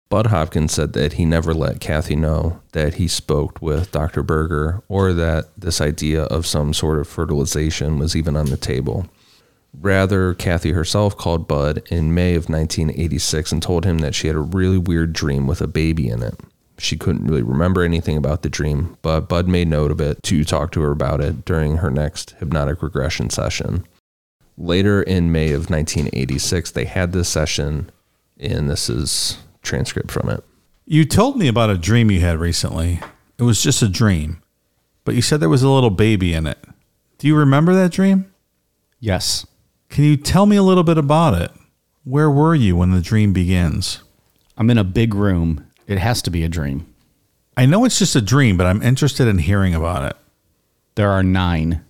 Speaker 2: Bud Hopkins said that he never let Kathy know that he spoke with Dr. Berger or that this idea of some sort of fertilization was even on the table. Rather, Kathy herself called Bud in May of 1986 and told him that she had a really weird dream with a baby in it. She couldn't really remember anything about the dream, but Bud made note of it to talk to her about it during her next hypnotic regression session. Later in May of 1986, they had this session, and this is transcript from it.
Speaker 3: You told me about a dream you had recently. It was just a dream, but you said there was a little baby in it. Do you remember that dream?
Speaker 1: Yes.
Speaker 3: Can you tell me a little bit about it? Where were you when the dream begins?
Speaker 1: I'm in a big room. It has to be a dream.
Speaker 3: I know it's just a dream, but I'm interested in hearing about it.
Speaker 1: There are nine.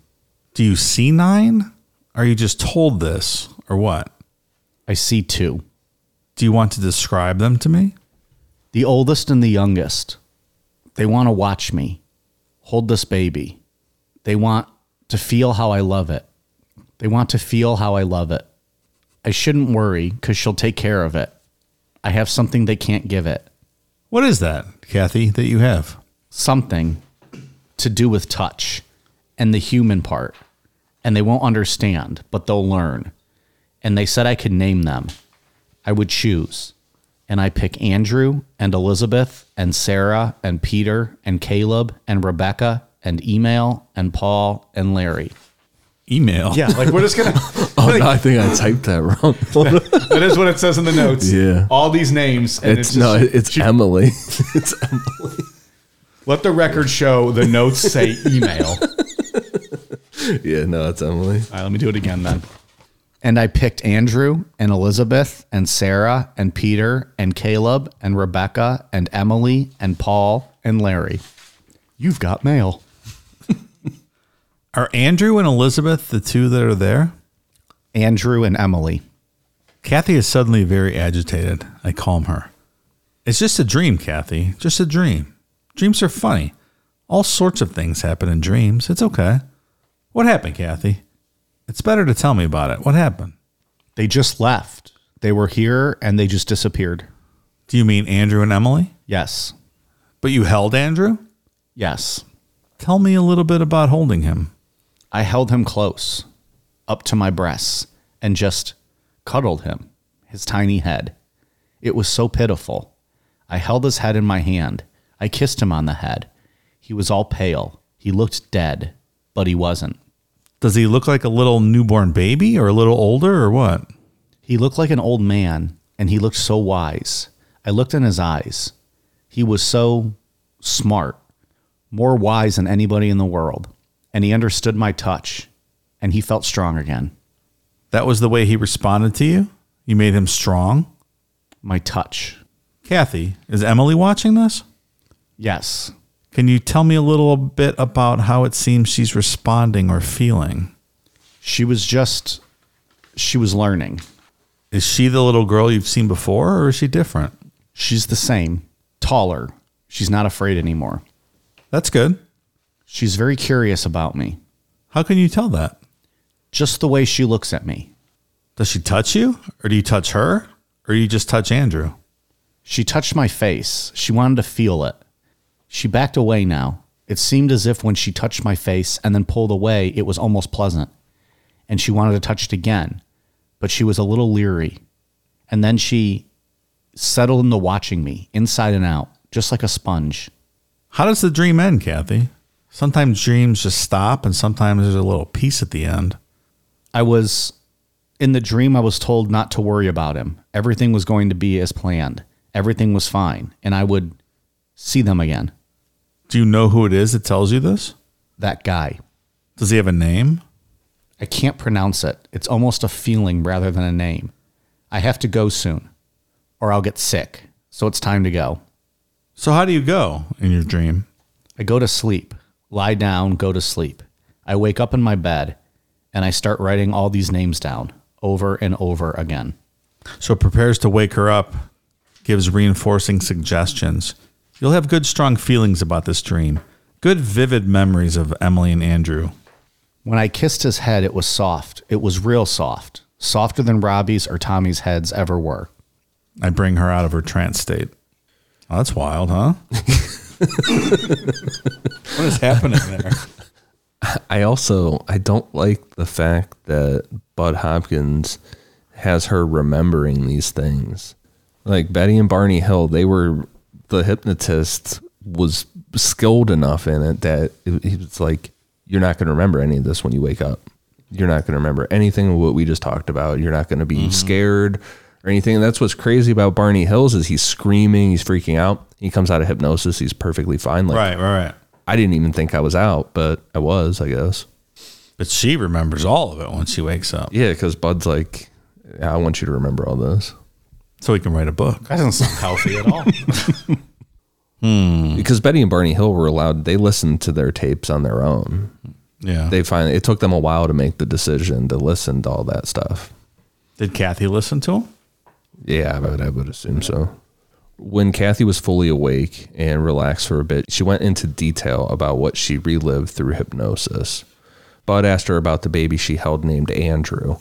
Speaker 3: Do you see nine? Are you just told this or what?
Speaker 1: I see two
Speaker 3: Do you want to describe them to me?
Speaker 1: the oldest and the youngest. They want to watch me hold this baby. They want to feel how I love it. They want to feel how I love it. I shouldn't worry because she'll take care of it. I have something they can't give it.
Speaker 3: What is that, Kathy, that you have?
Speaker 1: something to do with touch and the human part, and they won't understand, but they'll learn. And they said I could name them. I would choose. And I pick Andrew and Elizabeth and Sarah and Peter and Caleb and Rebecca and email and Paul and Larry.
Speaker 3: Email.
Speaker 1: like we're just gonna.
Speaker 2: Oh, no, I think I typed that wrong.
Speaker 1: that is what it says in the notes.
Speaker 2: Yeah.
Speaker 1: all these names. And
Speaker 2: it's no, it's Emily. it's Em-
Speaker 1: let the record show the notes say email.
Speaker 2: yeah, no, it's Emily.
Speaker 1: All right, let me do it again then. And I picked Andrew and Elizabeth and Sarah and Peter and Caleb and Rebecca and Emily and Paul and Larry. You've got mail.
Speaker 3: Are Andrew and Elizabeth the two that are there?
Speaker 1: Andrew and Emily.
Speaker 3: Kathy is suddenly very agitated. I calm her. It's just a dream, Kathy. Just a dream. Dreams are funny. All sorts of things happen in dreams. It's okay. What happened, Kathy? It's better to tell me about it. What happened?
Speaker 1: They just left. They were here and they just disappeared.
Speaker 3: Do you mean Andrew and Emily?
Speaker 1: Yes.
Speaker 3: But you held Andrew?
Speaker 1: Yes.
Speaker 3: Tell me a little bit about holding him.
Speaker 1: I held him close up to my breasts and just cuddled him, his tiny head. It was so pitiful. I held his head in my hand. I kissed him on the head. He was all pale. He looked dead, but he wasn't.
Speaker 3: Does he look like a little newborn baby or a little older or what?
Speaker 1: He looked like an old man, and he looked so wise. I looked in his eyes. He was so smart, more wise than anybody in the world. And he understood my touch, and he felt strong again.
Speaker 3: That was the way he responded to you? You made him strong?
Speaker 1: My touch.
Speaker 3: Kathy, is Emily watching this?
Speaker 1: Yes,
Speaker 3: Can you tell me a little bit about how it seems she's responding or feeling?
Speaker 1: she was just she was learning
Speaker 3: Is she the little girl you've seen before or is she different?
Speaker 1: she's the same taller she's not afraid anymore
Speaker 3: That's good.
Speaker 1: she's very curious about me
Speaker 3: How can you tell that?
Speaker 1: just the way she looks at me
Speaker 3: Does she touch you or do you touch her or you just touch Andrew?
Speaker 1: she touched my face she wanted to feel it she backed away now it seemed as if when she touched my face and then pulled away it was almost pleasant and she wanted to touch it again but she was a little leery and then she settled into watching me inside and out just like a sponge
Speaker 3: How does the dream end, Kathy? Sometimes dreams just stop and sometimes there's a little piece at the end.
Speaker 1: I was in the dream, I was told not to worry about him. Everything was going to be as planned, everything was fine, and I would see them again.
Speaker 3: Do you know who it is that tells you this?
Speaker 1: That guy.
Speaker 3: Does he have a name?
Speaker 1: I can't pronounce it. It's almost a feeling rather than a name. I have to go soon or I'll get sick. So it's time to go.
Speaker 3: So how do you go in your dream?
Speaker 1: I go to sleep, lie down, go to sleep. I wake up in my bed and I start writing all these names down over and over again.
Speaker 3: So prepares to wake her up, gives reinforcing suggestions. You'll have good, strong feelings about this dream. Good, vivid memories of Emily and Andrew.
Speaker 1: When I kissed his head, it was soft. It was real soft, softer than Robbie's or Tommy's heads ever were.
Speaker 3: I bring her out of her trance state. Oh, that's wild, huh? what is happening there?
Speaker 2: I also I don't like the fact that Bud Hopkins has her remembering these things. Like Betty and Barney Hill, they were the hypnotist was skilled enough in it that it, it was like you're not going to remember any of this when you wake up. You're not going to remember anything of what we just talked about. You're not going to be scared or anything. And that's what's crazy about Barney Hills is he's screaming, he's freaking out. He comes out of hypnosis, he's perfectly fine. Like
Speaker 3: Right, right, right.
Speaker 2: I didn't even think I was out, but I was, I guess.
Speaker 3: But she remembers all of it when she wakes up,
Speaker 2: Yeah, because Bud's like, I want you to remember all this.
Speaker 3: so we can write a book.
Speaker 1: That doesn't sound healthy at all.
Speaker 2: Because Betty and Barney Hill were allowed, they listened to their tapes on their own.
Speaker 3: Yeah.
Speaker 2: They finally, it took them a while to make the decision to listen to all that stuff.
Speaker 3: Did Kathy listen to him?
Speaker 2: Yeah, I would, I would assume so. When Kathy was fully awake and relaxed for a bit, she went into detail about what she relived through hypnosis. Bud asked her about the baby she held named Andrew.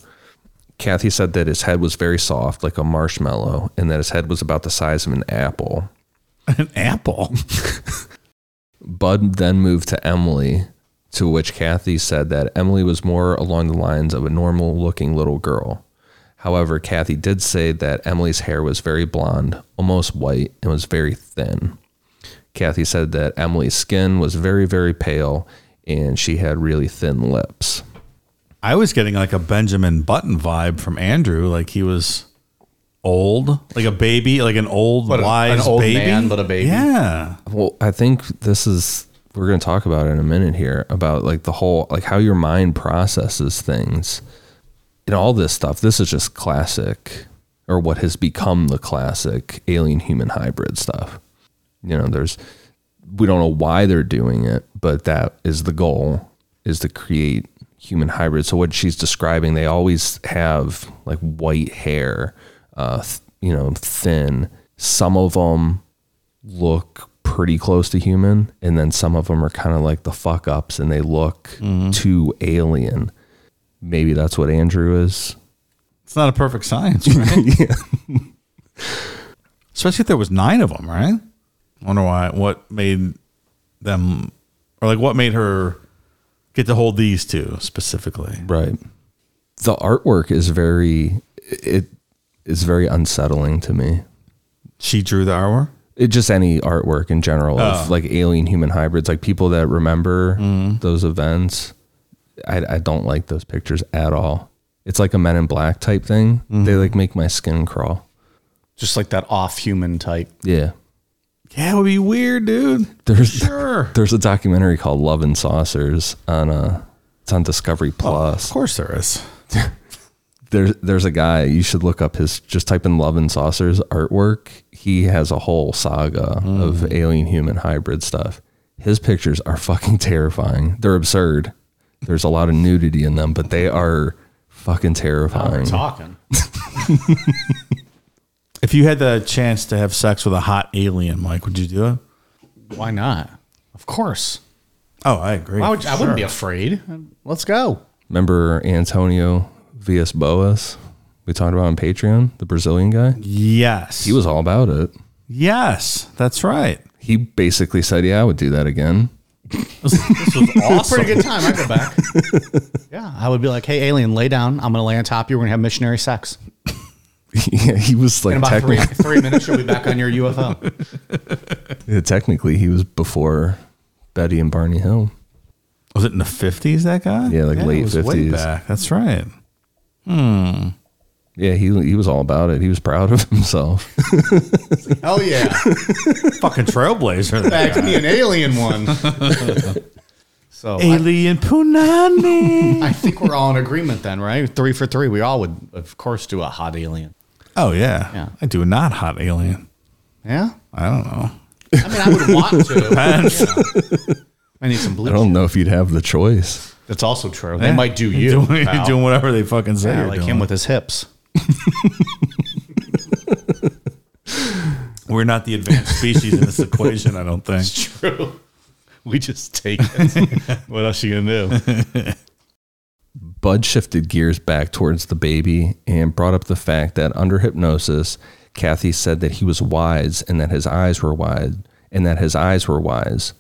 Speaker 2: Kathy said that his head was very soft, like a marshmallow, and that his head was about the size of an apple.
Speaker 3: An apple.
Speaker 2: Bud then moved to Emily, to which Kathy said that Emily was more along the lines of a normal looking little girl. However, Kathy did say that Emily's hair was very blonde, almost white, and was very thin. Kathy said that Emily's skin was very, very pale and she had really thin lips.
Speaker 3: I was getting like a Benjamin Button vibe from Andrew, like he was old, like a baby, like an old
Speaker 1: But a-
Speaker 3: wise
Speaker 1: an old
Speaker 3: baby,
Speaker 1: man, but a baby.
Speaker 3: Yeah,
Speaker 2: Well, I think this is we're going to talk about it in a minute here about like the whole like how your mind processes things and all this stuff. This is just classic or what has become the classic alien human hybrid stuff. You know, there's we don't know why they're doing it, but that is the goal is to create human hybrid. So what she's describing, they always have like white hair, uh, th- you know, thin. Some of them look pretty close to human, and then some of them are kind of like the fuck ups, and they look
Speaker 3: Mm-hmm.
Speaker 2: too alien. Maybe that's what Andrew is.
Speaker 3: it's not a perfect science, right? Especially if there was nine of them, right? I wonder why. What made them, or like what made her get to hold these two specifically?
Speaker 2: Right. The artwork is very it is very unsettling to me.
Speaker 3: She drew the hour.
Speaker 2: It just any artwork in general of
Speaker 3: Oh. Mm-hmm.
Speaker 2: like alien human hybrids, like people that remember those events. I, I don't like those pictures at all. It's like a Men in Black type thing. They
Speaker 3: Mm-hmm.
Speaker 2: like make my skin crawl.
Speaker 1: Just like that off human type.
Speaker 2: Yeah.
Speaker 3: Yeah, it would be weird, dude.
Speaker 2: There's
Speaker 3: Sure.
Speaker 2: there's a documentary called Love and Saucers on uh it's on Discovery
Speaker 3: Of
Speaker 2: Plus.
Speaker 3: course there is.
Speaker 2: There's there's a guy, you should look up his just type in Love and Saucers artwork. He has a whole saga of alien human hybrid stuff. His pictures are fucking terrifying. They're absurd. There's a lot of nudity in them, but they are fucking terrifying.
Speaker 1: Talking.
Speaker 3: If you had the chance to have sex with a hot alien, Mike, would you do it?
Speaker 1: Why not? Of course.
Speaker 3: Oh, I agree.
Speaker 1: I, would, I
Speaker 3: Sure.
Speaker 1: wouldn't be afraid. Let's go.
Speaker 2: Remember Antonio Vias Boas? We talked about on Patreon, the Brazilian guy.
Speaker 3: Yes.
Speaker 2: He was all about it.
Speaker 3: Yes, that's right.
Speaker 2: He basically said, "Yeah, I would do that again."
Speaker 3: This, this was awesome.
Speaker 1: Pretty good time. I go back. yeah, I would be like, "Hey, alien, lay down. I'm gonna lay on top of you. We're gonna have missionary sex.
Speaker 2: yeah, he was
Speaker 1: In
Speaker 2: like
Speaker 1: about three,
Speaker 2: technically,
Speaker 1: three minutes, you'll be back on your UFO."
Speaker 2: yeah, technically he was before Betty and Barney Hill.
Speaker 3: Was it in the fifties? That guy?
Speaker 2: Yeah, like late
Speaker 3: it was way
Speaker 2: 50s.
Speaker 3: back. That's right.
Speaker 2: Yeah, he he was all about it. He was proud of himself.
Speaker 1: Hell yeah!
Speaker 3: Fucking trailblazer. that
Speaker 1: Back to
Speaker 3: guy.
Speaker 1: be an alien one. so I,
Speaker 3: Alien punani.
Speaker 1: I think we're all in agreement then, right? Three for three. We all would, of course, do a hot alien.
Speaker 3: Oh yeah.
Speaker 1: Yeah.
Speaker 3: I do not hot alien.
Speaker 1: Yeah.
Speaker 3: I don't know.
Speaker 1: I mean, I would want to. you know. I need some
Speaker 2: I
Speaker 1: blue.
Speaker 2: don't
Speaker 1: chip.
Speaker 2: know if you'd have the choice.
Speaker 1: That's also true. They
Speaker 3: Yeah.
Speaker 1: might do you.
Speaker 3: You're doing, you're
Speaker 1: pal.
Speaker 3: doing whatever they fucking say.
Speaker 1: yeah,
Speaker 3: you're
Speaker 1: like
Speaker 3: doing.
Speaker 1: him with his hips.
Speaker 3: We're not the advanced species in this equation. I don't think.
Speaker 1: True. We just take it. what else you gonna do?
Speaker 2: Bud shifted gears back towards the baby and brought up the fact that under hypnosis, Kathy said that he was wise and that his eyes were wide and that his eyes were wise.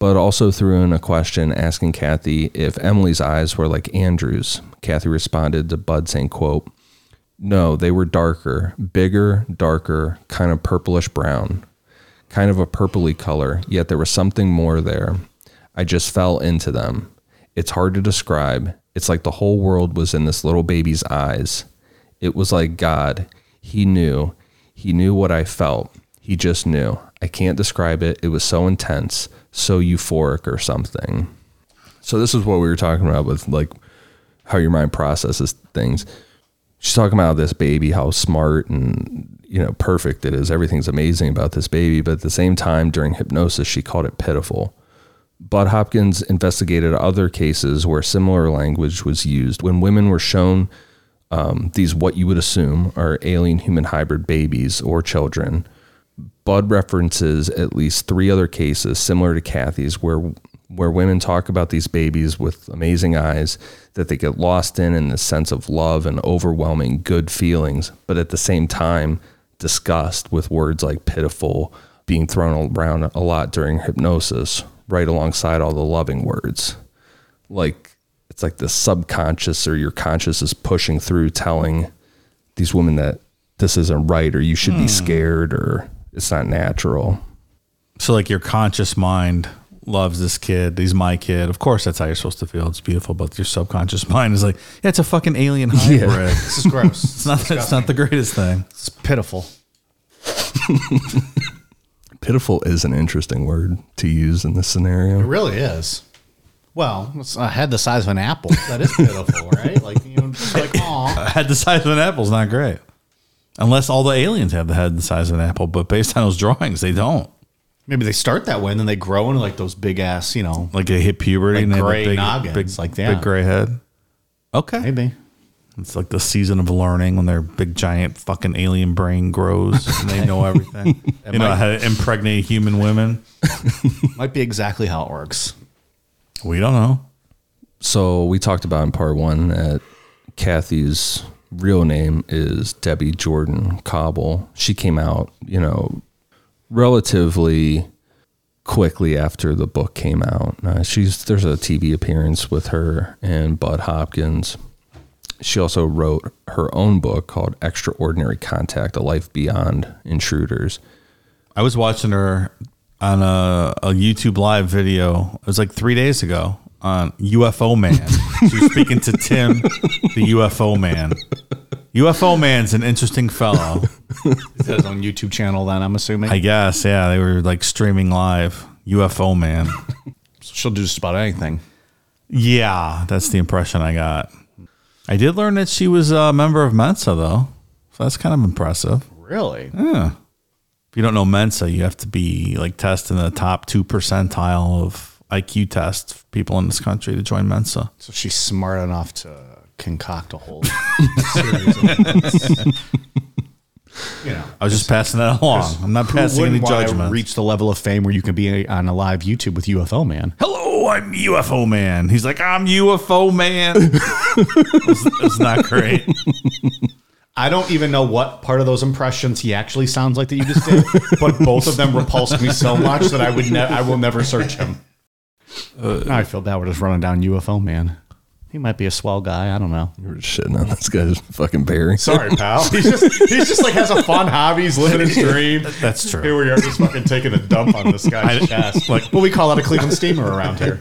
Speaker 2: Bud also threw in a question asking Kathy if Emily's eyes were like Andrew's. Kathy responded to Bud saying, quote, No, they were darker, bigger, darker, kind of purplish brown, kind of a purpley color, yet there was something more there. I just fell into them. It's hard to describe. It's like the whole world was in this little baby's eyes. It was like God. He knew. He knew what I felt. He just knew. I can't describe it. It was so intense, so euphoric or something. So this is what we were talking about with like how your mind processes things. She's talking about this baby, how smart and you know perfect it is. Everything's amazing about this baby, but at the same time, during hypnosis, she called it pitiful. Bud Hopkins investigated other cases where similar language was used when women were shown um, these what you would assume are alien human hybrid babies or children. Bud references at least three other cases similar to Kathy's where where women talk about these babies with amazing eyes that they get lost in in the sense of love and overwhelming good feelings, but at the same time disgust with words like pitiful being thrown around a lot during hypnosis, right alongside all the loving words. Like it's like the subconscious or your conscious is pushing through telling these women that this isn't right or you should be scared or it's not natural.
Speaker 3: So like your conscious mind loves this kid. He's my kid. Of course, that's how you're supposed to feel. It's beautiful, but your subconscious mind is like, yeah, it's a fucking alien hybrid. It's
Speaker 1: This is gross.
Speaker 3: not. It's not the greatest thing.
Speaker 1: It's pitiful.
Speaker 2: Pitiful is an interesting word to use in this
Speaker 1: It
Speaker 2: scenario.
Speaker 1: really is. Well, it's a head the size of an apple. That is pitiful, right? Like you know, just like oh,
Speaker 3: A head the size of an apple's not great, unless all the aliens have the head the size of an apple. But based on those drawings, they don't.
Speaker 1: maybe they start that way and then they grow into like those big ass, you know,
Speaker 3: Like they hit puberty
Speaker 1: Like
Speaker 3: and they have
Speaker 1: gray
Speaker 3: a big,
Speaker 1: noggins,
Speaker 3: big,
Speaker 1: like that.
Speaker 3: big gray head. Okay,
Speaker 1: maybe.
Speaker 3: it's like the season of learning when their big giant fucking alien brain grows and they know everything. you know how to impregnate human women.
Speaker 1: Might be exactly how it works.
Speaker 3: We don't know.
Speaker 2: So we talked about in part one that Kathy's real name is Debbie Jordan Cobble. She came out, you know, relatively quickly after the book came out. Uh, she's there's a TV appearance with her and Bud Hopkins. She also wrote her own book called Extraordinary Contact: A Life Beyond Intruders.
Speaker 3: I was watching her on a, a YouTube live video. It was like three days ago on UFO Man. she was speaking to Tim, the UFO Man. UFO Man's an interesting fellow,
Speaker 1: It says on YouTube channel. Then I'm assuming
Speaker 3: I guess. Yeah, they were like streaming live. UFO Man.
Speaker 1: she'll do just about anything.
Speaker 3: Yeah, that's the impression I got. I did learn that she was a member of Mensa, though. So that's kind of impressive.
Speaker 1: Really?
Speaker 3: If you don't know Mensa, you have to be like testing the top two percentile of IQ tests for people in this country to join Mensa.
Speaker 1: So she's smart enough to concoct a whole. you know.
Speaker 3: I was just passing that along. I'm not passing any
Speaker 1: Wouldn't want to
Speaker 3: judgment.
Speaker 1: reach the level of fame where you can be on a live YouTube with UFO man.
Speaker 3: Hello, I'm UFO man. He's like, I'm UFO man. it's, it's not great.
Speaker 1: I don't even know what part of those impressions he actually sounds like that you just did, but both of them repulsed me so much that I would ne- I will never search him.
Speaker 3: Uh,
Speaker 1: Now I feel bad. We're just running down UFO man. He might be a swell guy. I don't know.
Speaker 2: You were shitting on this guy's fucking berry.
Speaker 1: Sorry, pal. He's just he's just like has a fun hobby. He's living his dream.
Speaker 3: That's true.
Speaker 1: Here we are, just fucking taking a dump on this guy's chest. Like, well, we call that a Cleveland steamer around here.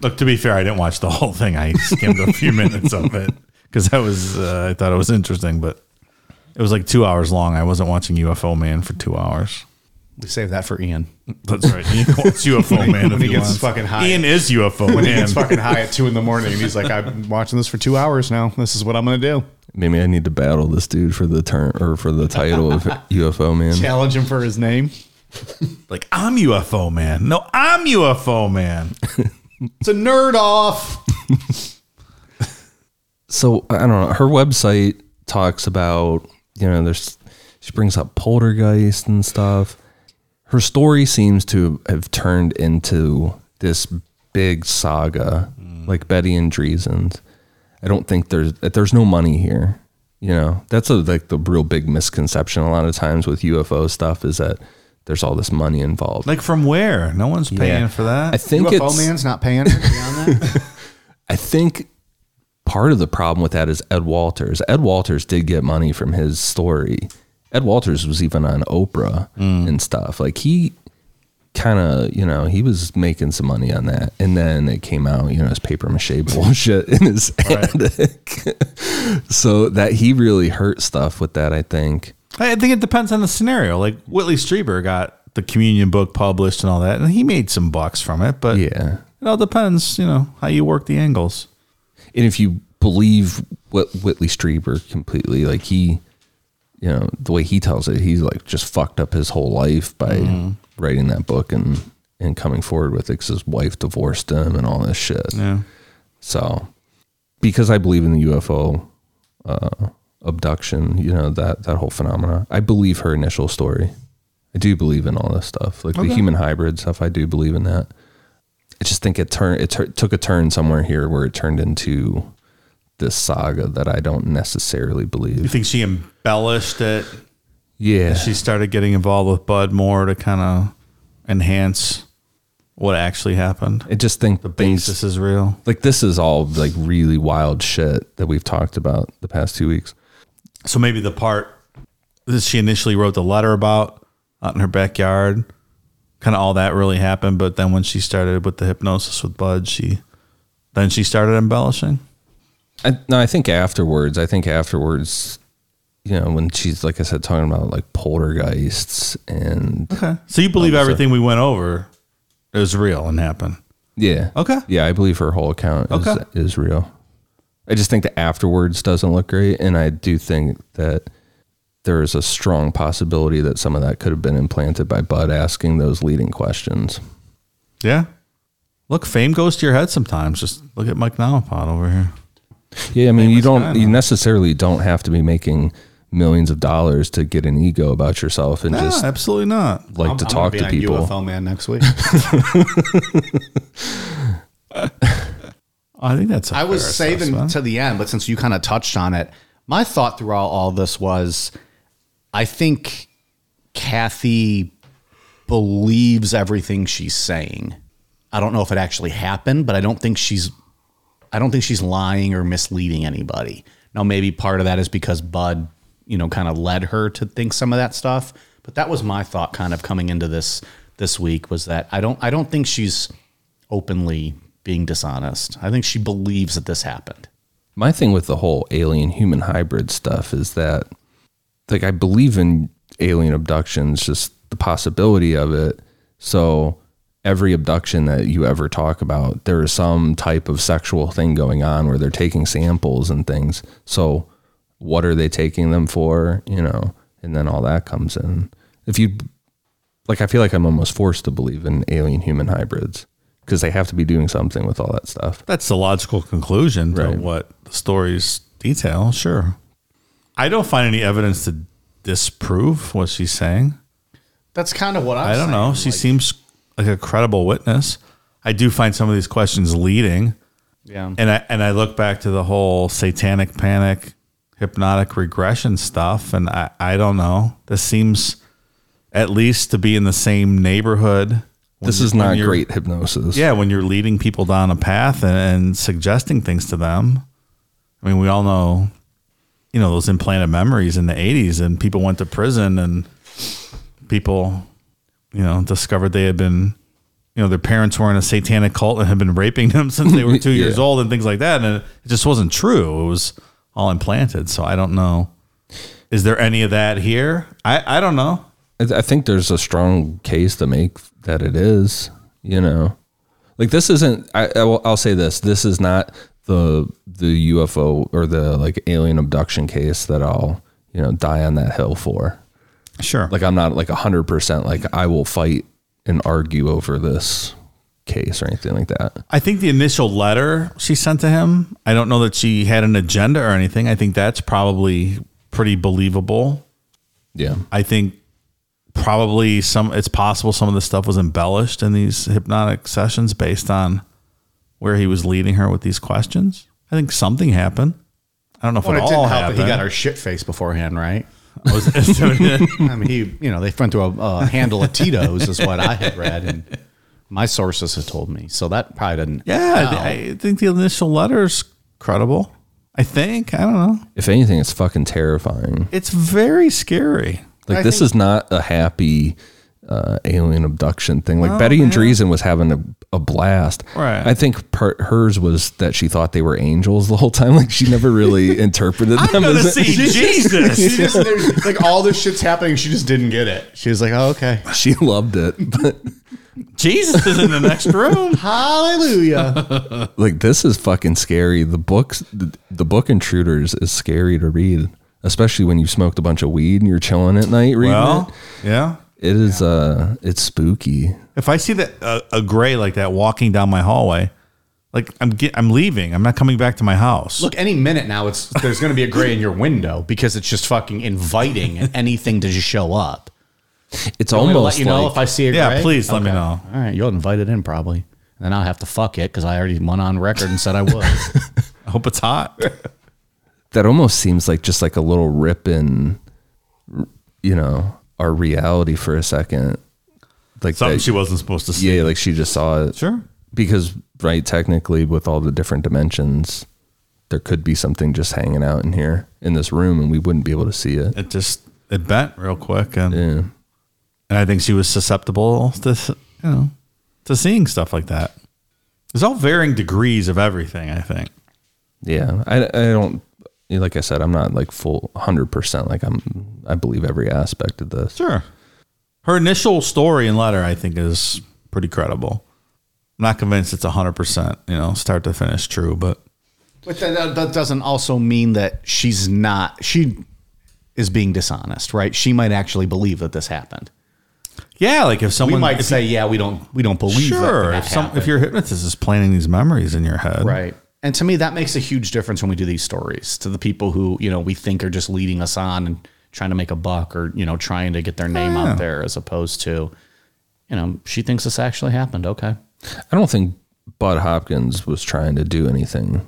Speaker 3: Look, to be fair, I didn't watch the whole thing. I skimmed a few minutes of it because that was uh, I thought it was interesting, but it was like two hours long. I wasn't watching UFO man for two hours.
Speaker 1: We save that for Ian.
Speaker 3: That's right. Ian wants UFO man.
Speaker 1: When
Speaker 3: if
Speaker 1: he gets
Speaker 3: wants.
Speaker 1: fucking high.
Speaker 3: Ian is UFO
Speaker 1: When he
Speaker 3: man.
Speaker 1: gets fucking high at two in the morning, and he's like, "I've been watching this for two hours now. This is what I'm gonna do."
Speaker 2: Maybe I need to battle this dude for the turn or for the title of UFO man.
Speaker 1: Challenge him for his name.
Speaker 3: Like, I'm UFO man. No, I'm UFO man.
Speaker 1: It's a nerd off.
Speaker 2: so I don't know. Her website talks about you know there's she brings up poltergeist and stuff. Her story seems to have turned into this big saga, like Betty and Dreesen. I don't think there's that there's no money here. You know that's a, like the real big misconception. A lot of times with UFO stuff is that there's all this money involved.
Speaker 3: Like, from where? No one's paying for that.
Speaker 2: I think
Speaker 1: UFO
Speaker 2: it's,
Speaker 1: man's not paying her beyond that.
Speaker 2: I think part of the problem with that is Ed Walters. Ed Walters did get money from his story. Ed Walters was even on Oprah and stuff. Like he kind of, you know, he was making some money on that. And then it came out, you know, his paper mache bullshit in his attic. so that he really hurt stuff with that, I think.
Speaker 3: I think it depends on the scenario. Like Whitley Strieber got the communion book published and all that, and he made some bucks from it. But
Speaker 2: Yeah.
Speaker 3: it all depends, you know, how you work the angles.
Speaker 2: and if you believe what Whitley Strieber completely, like he, you know, the way he tells it, he's like just fucked up his whole life by writing that book and and coming forward with it 'cause his wife divorced him and all this shit.
Speaker 3: Yeah.
Speaker 2: So, because I believe in the UFO uh, abduction, you know that that whole phenomena, I believe her initial story. I do believe in all this stuff, like the human hybrid stuff. I do believe in that. I just think it turned it tur- took a turn somewhere here where it turned into this saga that I don't necessarily
Speaker 3: You
Speaker 2: believe.
Speaker 3: think she embellished it?
Speaker 2: Yeah,
Speaker 3: She started getting involved with Bud more to kind of enhance what actually happened.
Speaker 2: I just think the things
Speaker 3: This is real.
Speaker 2: like this is all like really wild shit that we've talked about the past two weeks.
Speaker 3: So maybe the part that she initially wrote the letter about out in her backyard, kind of all that really happened. But then when she started with the hypnosis with Bud, she then she started embellishing.
Speaker 2: I, no, I think afterwards. I think afterwards, you know, when she's like I said, talking about like poltergeists and
Speaker 3: So you believe everything we went over is real and happened.
Speaker 2: yeah,
Speaker 3: Okay.
Speaker 2: yeah, I believe her whole account is,
Speaker 3: Okay.
Speaker 2: is real. I just think the afterwards doesn't look great, and I do think that there is a strong possibility that some of that could have been implanted by Bud asking those leading questions.
Speaker 3: Yeah. Look, fame goes to your head sometimes. Just look at Mike Nalapod over here.
Speaker 2: Yeah, I mean, you
Speaker 3: guy,
Speaker 2: don't
Speaker 3: though.
Speaker 2: you necessarily don't have to be making millions of dollars to get an ego about yourself and
Speaker 3: No,
Speaker 2: just
Speaker 3: absolutely not.
Speaker 2: like to
Speaker 1: gonna
Speaker 2: talk
Speaker 1: be
Speaker 2: to
Speaker 1: on
Speaker 2: people.
Speaker 1: UFO man next week.
Speaker 3: I think that's. a
Speaker 1: I was
Speaker 3: fair
Speaker 1: saving
Speaker 3: assessment.
Speaker 1: to the end, but since you kind of touched on it, my thought throughout all this was I think Kathy believes everything she's saying. I don't know if it actually happened, but I don't think she's I don't think she's lying or misleading anybody. Now maybe part of that is because Bud, you know, kind of led her to think some of that stuff, but that was my thought kind of coming into this this week was that I don't I don't think she's openly being dishonest. I think she believes that this happened.
Speaker 2: my thing with the whole alien human hybrid stuff is that like I believe in alien abductions, just the possibility of it. So every abduction that you ever talk about, there is some type of sexual thing going on where they're taking samples and things. So what are they taking them for? You know, and then all that comes in. If you like, I feel like I'm almost forced to believe in alien human hybrids because they have to be doing something with all that stuff.
Speaker 3: That's the logical conclusion to
Speaker 2: Right.
Speaker 3: what the stories detail. Sure. I don't find any evidence to disprove what she's saying.
Speaker 1: That's kind of what I'm
Speaker 3: I don't know. She seems like a credible witness. I do find some of these questions leading.
Speaker 1: Yeah.
Speaker 3: and I and I look back to the whole satanic panic, hypnotic regression stuff, and I I don't know. This seems at least to be in the same neighborhood. when
Speaker 2: This
Speaker 3: you-
Speaker 2: is
Speaker 3: when
Speaker 2: not
Speaker 3: you're-
Speaker 2: great hypnosis.
Speaker 3: Yeah, when you're leading people down a path and, and suggesting things to them. I mean, we all know, you know, those implanted memories in the '80s, and people went to prison, and people, you know, discovered they had been. You know, their parents were in a satanic cult and had been raping them since they were two
Speaker 2: Yeah.
Speaker 3: years old and things like that. And it just wasn't true. It was all implanted. So I don't know. Is there any of that here? I, I don't know.
Speaker 2: I, I think there's a strong case to make that it is. You know, like this isn't. I, I will, I'll say this: this is not the the UFO or the like alien abduction case that I'll you know die on that hill for.
Speaker 3: Sure.
Speaker 2: Like I'm not like hundred percent like I will fight and argue over this case or anything like that.
Speaker 3: I think the initial letter she sent to him, I don't know that she had an agenda or anything. I think that's probably pretty believable.
Speaker 2: Yeah,
Speaker 3: I think probably some it's possible some of the stuff was embellished in these hypnotic sessions based on where he was leading her with these questions. I think something happened. I don't know if
Speaker 1: But
Speaker 3: it,
Speaker 1: it
Speaker 3: all
Speaker 1: didn't help that
Speaker 3: happened.
Speaker 1: he got our shit face beforehand, right?
Speaker 3: Was-
Speaker 1: I mean, he, you know, they went through a, a handle of Tito's, is what I had read, and my sources had told me. So that probably didn't.
Speaker 3: yeah, I thi- I think the initial letter's credible. I think I don't know.
Speaker 2: if anything, it's fucking terrifying.
Speaker 3: It's very scary.
Speaker 2: Like this is not a happy uh, alien abduction thing. Like Betty and Dreesen was having a, a blast.
Speaker 3: Oh, Right.
Speaker 2: I think part hers was that she thought they were angels the whole time. Like she never really interpreted them. as-
Speaker 3: Jesus.
Speaker 1: She just, there's, like all this shit's happening. She just didn't get it. She was like, oh, okay.
Speaker 2: She loved it, but
Speaker 3: Jesus is in the next room.
Speaker 1: Hallelujah.
Speaker 2: like this is fucking scary. The books, the, the book Intruders is scary to read, especially when you smoked a bunch of weed and you're chilling at night reading
Speaker 3: Well, yeah.
Speaker 2: it. It is uh, it's spooky.
Speaker 3: If I see that uh, a, a gray like that walking down my hallway, like I'm get, I'm leaving. I'm not coming back to my house.
Speaker 1: Look, any minute now, it's there's going to be a gray in your window because it's just fucking inviting anything to just show up.
Speaker 2: It's
Speaker 1: I'm gonna
Speaker 2: almost
Speaker 1: let you
Speaker 2: like,
Speaker 1: know if I see a
Speaker 3: yeah,
Speaker 1: gray.
Speaker 3: please let me know.
Speaker 1: All right, you'll invite it in probably. And then I'll have to fuck it because I already went on record and said I would.
Speaker 3: I hope it's hot.
Speaker 2: that almost seems like just like a little rip in you know our reality for a second like
Speaker 3: Something
Speaker 2: that,
Speaker 3: she wasn't supposed to see.
Speaker 2: yeah like she just saw it
Speaker 3: Sure.
Speaker 2: because right technically with all the different dimensions there could be something just hanging out in here in this room and we wouldn't be able to see it
Speaker 3: It just it bent real quick, and
Speaker 2: yeah
Speaker 3: and I think she was susceptible to s- you know to seeing stuff like that. There's all varying degrees of everything. I think.
Speaker 2: yeah i, I don't like i said i'm not like full 100% like i'm i believe every aspect of this
Speaker 3: Sure. Her initial story and letter, I think, is pretty credible. I'm not convinced it's 100%, you know, start to finish true, but
Speaker 1: But that- that, that doesn't also mean that she's not, she is being dishonest, right? She might actually believe that this happened.
Speaker 3: yeah, like if
Speaker 1: We
Speaker 3: someone
Speaker 1: might
Speaker 3: if
Speaker 1: say, yeah, we don't, we don't believe that
Speaker 3: sure,
Speaker 1: that
Speaker 3: if some
Speaker 1: happened.
Speaker 3: if your hypnotist is planting these memories in your head.
Speaker 1: right. And to me, that makes a huge difference when we do these stories to the people who, you know, we think are just leading us on and trying to make a buck or, you know, trying to get their name out there as opposed to, you know, she thinks this actually happened. Okay.
Speaker 2: I don't think Bud Hopkins was trying to do anything,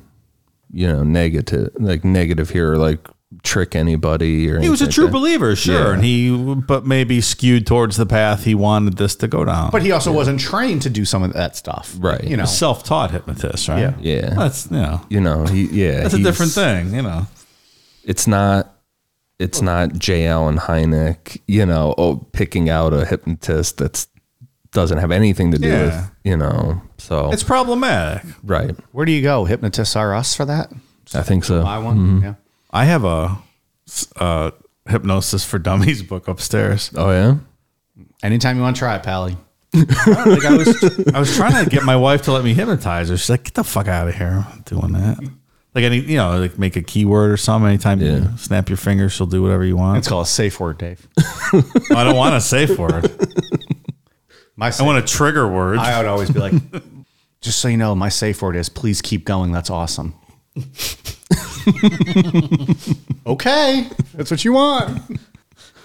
Speaker 2: you know, negative, like negative here, or like trick anybody or
Speaker 3: He was a
Speaker 2: anything
Speaker 3: true
Speaker 2: like that.
Speaker 3: believer, sure,
Speaker 2: Yeah.
Speaker 3: and he but maybe skewed towards the path he wanted this to go down.
Speaker 1: But he also wasn't trained to do some of that stuff.
Speaker 2: Right.
Speaker 1: You know,
Speaker 3: self-taught hypnotist, right?
Speaker 1: Yeah.
Speaker 2: Yeah.
Speaker 3: That's, you know,
Speaker 2: You know, he yeah,
Speaker 3: that's a
Speaker 2: he's-
Speaker 3: different thing, you know.
Speaker 2: It's not, it's not J. Allen Hynek, you know, oh, picking out a hypnotist that's doesn't have anything to do
Speaker 3: Yeah.
Speaker 2: with, you know, so
Speaker 3: It's problematic.
Speaker 2: right.
Speaker 1: where do you go? Hypnotists are us for that?
Speaker 2: I think so.
Speaker 1: Buy one? Yeah.
Speaker 3: I have a uh, hypnosis for dummies book upstairs.
Speaker 2: Oh yeah,
Speaker 1: Anytime you want to try it, Pally.
Speaker 3: Like I was, I was trying to get my wife to let me hypnotize her. She's like, "Get the fuck out of here! I'm not doing that." Like any, you know, like make a keyword or something. Anytime you
Speaker 2: Yeah.
Speaker 3: snap your fingers, she'll do whatever you
Speaker 1: It's
Speaker 3: want.
Speaker 1: called a safe word, Dave.
Speaker 3: I don't want a safe word.
Speaker 1: My
Speaker 3: I
Speaker 1: safe,
Speaker 3: want a trigger word.
Speaker 1: I would always be like, just so you know, my safe word is please keep going. That's awesome. okay. That's what you want.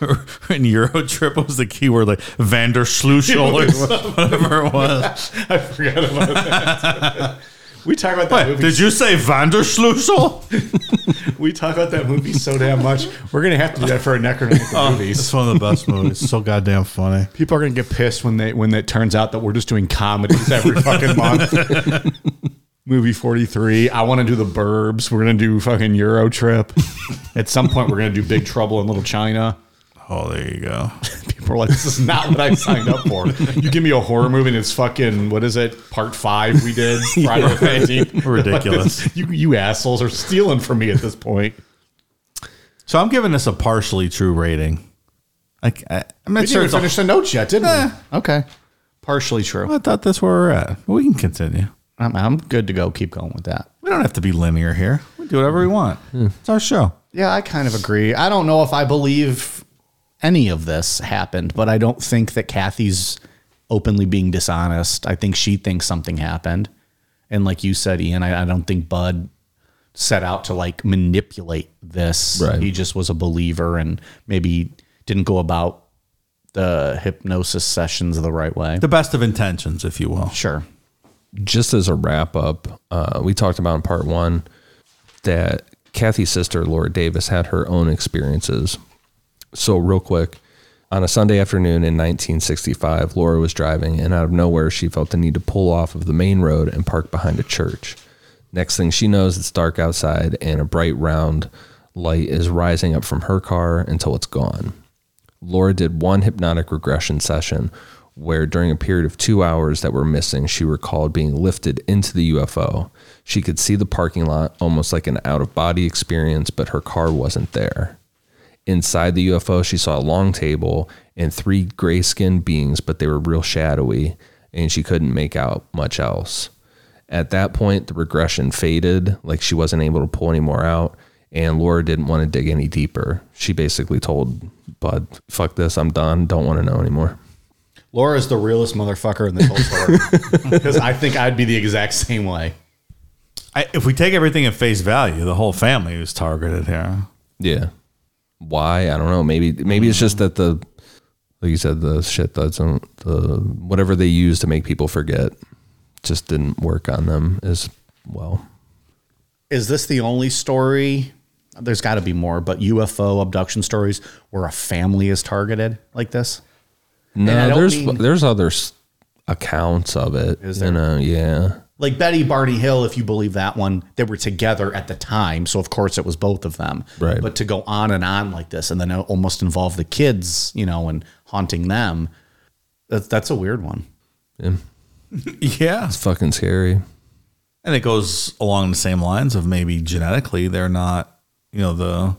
Speaker 3: In Euro trip was the keyword like Vandersluchel or whatever it was.
Speaker 1: I forgot about that. we talk about that
Speaker 3: Wait, did you say Vandersluchel?
Speaker 1: We talk about that movie so damn much. We're gonna have to do that for a necromantic
Speaker 3: It's one of the best movies. so goddamn funny.
Speaker 1: Oh. People are gonna get pissed when they when it turns out that we're just doing comedies every fucking month. Movie forty three. I want to do the Burbs. We're gonna do fucking Euro Trip. At some point, we're gonna do Big Trouble in Little China.
Speaker 3: Oh, there you go.
Speaker 1: People are like, this is not what I signed up for. You give me a horror movie and it's fucking what is it? Part five we did Friday the Thirteenth.
Speaker 3: Ridiculous.
Speaker 1: you you assholes are stealing from me at this point.
Speaker 3: So I'm giving this a partially true rating. Like I, I'm not
Speaker 1: We
Speaker 3: sure
Speaker 1: didn't
Speaker 3: it's a
Speaker 1: even finish the notes yet, did
Speaker 3: Eh.
Speaker 1: we? Okay, partially true.
Speaker 3: I thought that's where we're at. But we can continue.
Speaker 1: I'm, I'm good to go. Keep going with that.
Speaker 3: We don't have to be linear here. We do whatever we want.
Speaker 1: Hmm.
Speaker 3: It's our show.
Speaker 1: Yeah, I kind of agree. I don't know if I believe any of this happened, but I don't think that Kathy's openly being dishonest. I think she thinks something happened. And like you said, Ian, I, I don't think Bud set out to like manipulate this.
Speaker 2: Right.
Speaker 1: He just was a believer and maybe didn't go about the hypnosis sessions the right way.
Speaker 3: The best of intentions, if you will.
Speaker 1: sure.
Speaker 2: just as a wrap up, uh, we talked about in part one that Kathy's sister, Laura Davis, had her own experiences. So, real quick, on a Sunday afternoon in 1965, Laura was driving, and out of nowhere, she felt the need to pull off of the main road and park behind a church. Next thing she knows, it's dark outside, and a bright round light is rising up from her car until it's gone. Laura did one hypnotic regression session where, during a period of two hours that were missing, she recalled being lifted into the UFO. She could see the parking lot almost like an out of body experience, but her car wasn't there. Inside the UFO, she saw a long table and three gray skinned beings, but they were real shadowy and she couldn't make out much else. At that point, the regression faded, like she wasn't able to pull any more out, and Laura didn't want to dig any deeper. She basically told Bud, fuck this, I'm done, don't want to know anymore.
Speaker 1: Laura's the realest motherfucker in this whole story. Because I think I'd be the exact same way.
Speaker 3: I, if we take everything at face value, the whole family was targeted here.
Speaker 2: Yeah. Why? I don't know. Maybe maybe it's just that the like you said, the shit that's on the whatever they use to make people forget just didn't work on them as well.
Speaker 1: is this the only story? There's got to be more, but UFO abduction stories where a family is targeted like this. And I
Speaker 2: No,
Speaker 1: don't
Speaker 2: there's
Speaker 1: mean-
Speaker 2: there's other s- accounts of it.
Speaker 1: Is
Speaker 2: You know, yeah.
Speaker 1: Like Betty Barney Hill, if you believe that one, they were together at the time, so of course it was both of them.
Speaker 2: Right.
Speaker 1: But to go on and on like this, and then it almost involve the kids, you know, and haunting them. That's that's a weird one.
Speaker 3: Yeah.
Speaker 2: It's fucking scary.
Speaker 3: And it goes along the same lines of maybe genetically they're not, you know, the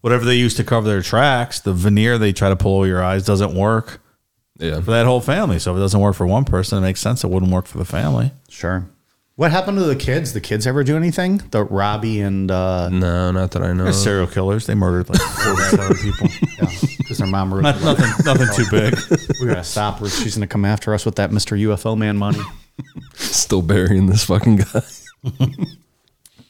Speaker 3: whatever they use to cover their tracks, the veneer they try to pull over your eyes doesn't work
Speaker 2: Yeah.
Speaker 3: for that whole family. So if it doesn't work for one person, it makes sense it wouldn't work for the family.
Speaker 1: Sure. What happened to the kids? The kids ever do anything? The Robbie and uh,
Speaker 2: No, not that I know. of.
Speaker 3: serial killers, they murdered like 47 people.
Speaker 1: because their mom.
Speaker 3: Mm. Not, nothing, nothing too big.
Speaker 1: we gotta stop her. She's gonna come after us with that Mr. UFO man money.
Speaker 2: Still burying this fucking guy.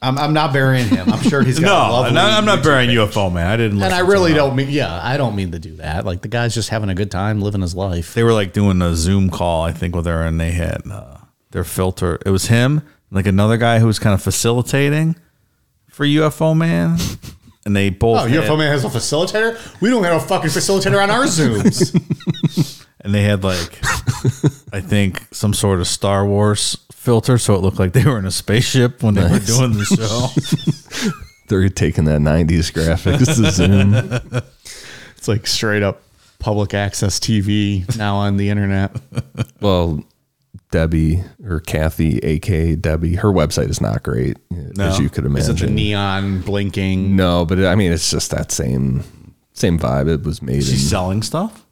Speaker 1: I'm, I'm not burying him. I'm sure he's got a
Speaker 3: No,
Speaker 1: lovely.
Speaker 3: and I- I'm not burying UFO man. I didn't.
Speaker 1: And I
Speaker 3: listen to
Speaker 1: really
Speaker 3: that.
Speaker 1: don't mean. Yeah, I don't mean to do that. Like the guy's just having a good time, living his life.
Speaker 3: They were like doing a Zoom call, I think, with her, and they had uh, their filter. It was him, like another guy who was kind of facilitating for UFO man, and they both.
Speaker 1: Oh,
Speaker 3: had-
Speaker 1: UFO man has a facilitator. We don't have a fucking facilitator on our zooms.
Speaker 3: and they had like I think some sort of Star Wars filter, so it looked like they were in a spaceship when they
Speaker 2: Nice.
Speaker 3: were doing the show.
Speaker 2: They're taking that '90s graphics to Zoom.
Speaker 1: it's like straight up public access TV now on the internet.
Speaker 2: Well, Debbie or Kathy, aka Debbie, her website is not great, as you could
Speaker 1: Is
Speaker 2: imagine.
Speaker 1: it the neon blinking?
Speaker 2: no, but I mean, it's just that same same vibe. It was made.
Speaker 3: She's
Speaker 2: in,
Speaker 3: selling stuff.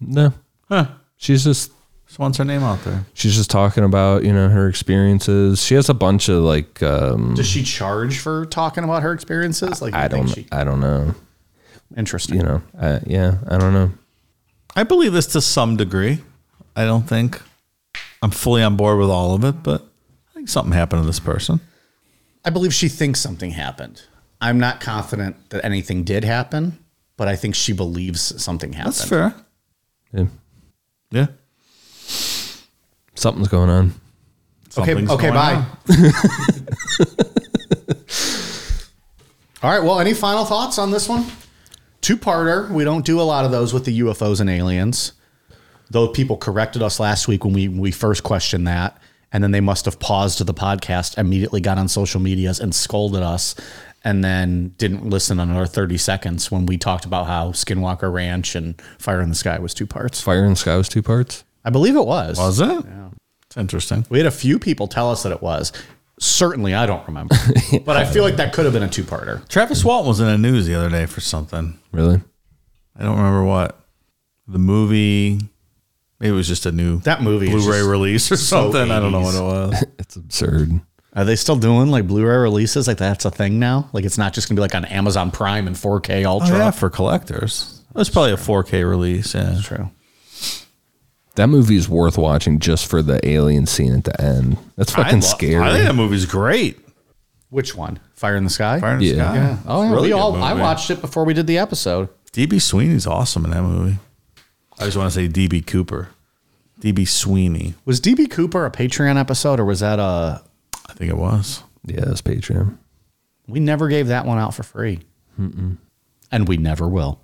Speaker 2: no,
Speaker 3: Huh?
Speaker 2: she's just
Speaker 3: Just wants her name out there.
Speaker 2: she's just talking about you know her experiences. She has a bunch of like um,
Speaker 1: Does she charge for talking about her experiences? Like
Speaker 2: I
Speaker 1: think
Speaker 2: don't I don't know
Speaker 1: interesting.
Speaker 2: you know I, yeah I don't know.
Speaker 3: I believe this to some degree. I don't think I'm fully on board with all of it, but I think something happened to this person.
Speaker 1: I believe she thinks something happened. I'm not confident that anything did happen, but I think she believes something happened.
Speaker 3: That's fair.
Speaker 2: Yeah,
Speaker 3: Yeah.
Speaker 2: something's going on.
Speaker 1: Okay,
Speaker 3: Something's
Speaker 1: okay,
Speaker 3: going
Speaker 1: bye.
Speaker 3: on.
Speaker 1: All right, well, any final thoughts on this one? Two parter. We don't do a lot of those with the UFOs and aliens. Though people corrected us last week when we, we first questioned that. And then they must have paused the podcast, immediately got on social medias and scolded us, and then didn't listen another 30 seconds when we talked about how Skinwalker Ranch and Fire in the Sky was two parts.
Speaker 2: Fire and Sky was two parts.
Speaker 1: I believe it was.
Speaker 3: Was it? It's interesting.
Speaker 1: We had a few people tell us that it was. Certainly, I don't remember, but I feel like that could have been a two-parter.
Speaker 3: Travis Walton was in the news the other day for something.
Speaker 2: Really?
Speaker 3: I don't remember what. The movie Maybe it was just a new
Speaker 6: That movie is
Speaker 3: Blu-ray
Speaker 6: just
Speaker 3: release or
Speaker 6: so
Speaker 3: something. I don't know what
Speaker 6: 80s.
Speaker 3: it was.
Speaker 2: It's absurd.
Speaker 6: Are they still doing like Blu-ray releases? Like that's a thing now. Like it's not just gonna be like on Amazon Prime and 4K Ultra.
Speaker 3: Oh, yeah, for collectors. It was probably a 4K release. Yeah.
Speaker 6: True.
Speaker 2: That movie is worth watching just for the alien scene at the end. That's
Speaker 3: lo-
Speaker 2: fucking scary.
Speaker 3: I think that movie's great.
Speaker 6: Which one? Fire in the Sky.
Speaker 3: Fire in the
Speaker 2: Yeah.
Speaker 3: Sky.
Speaker 6: yeah. Oh yeah.
Speaker 3: Really
Speaker 6: we
Speaker 3: good
Speaker 6: all. I
Speaker 3: movie.
Speaker 6: watched it before we did the episode.
Speaker 3: DB Sweeney's awesome in that movie. I just want to say DB Cooper. DB Sweeney.
Speaker 6: Was DB Cooper a Patreon episode or was that a?
Speaker 3: I think it was.
Speaker 2: yeah, it's Patreon.
Speaker 6: We never gave that one out for free. And we never will.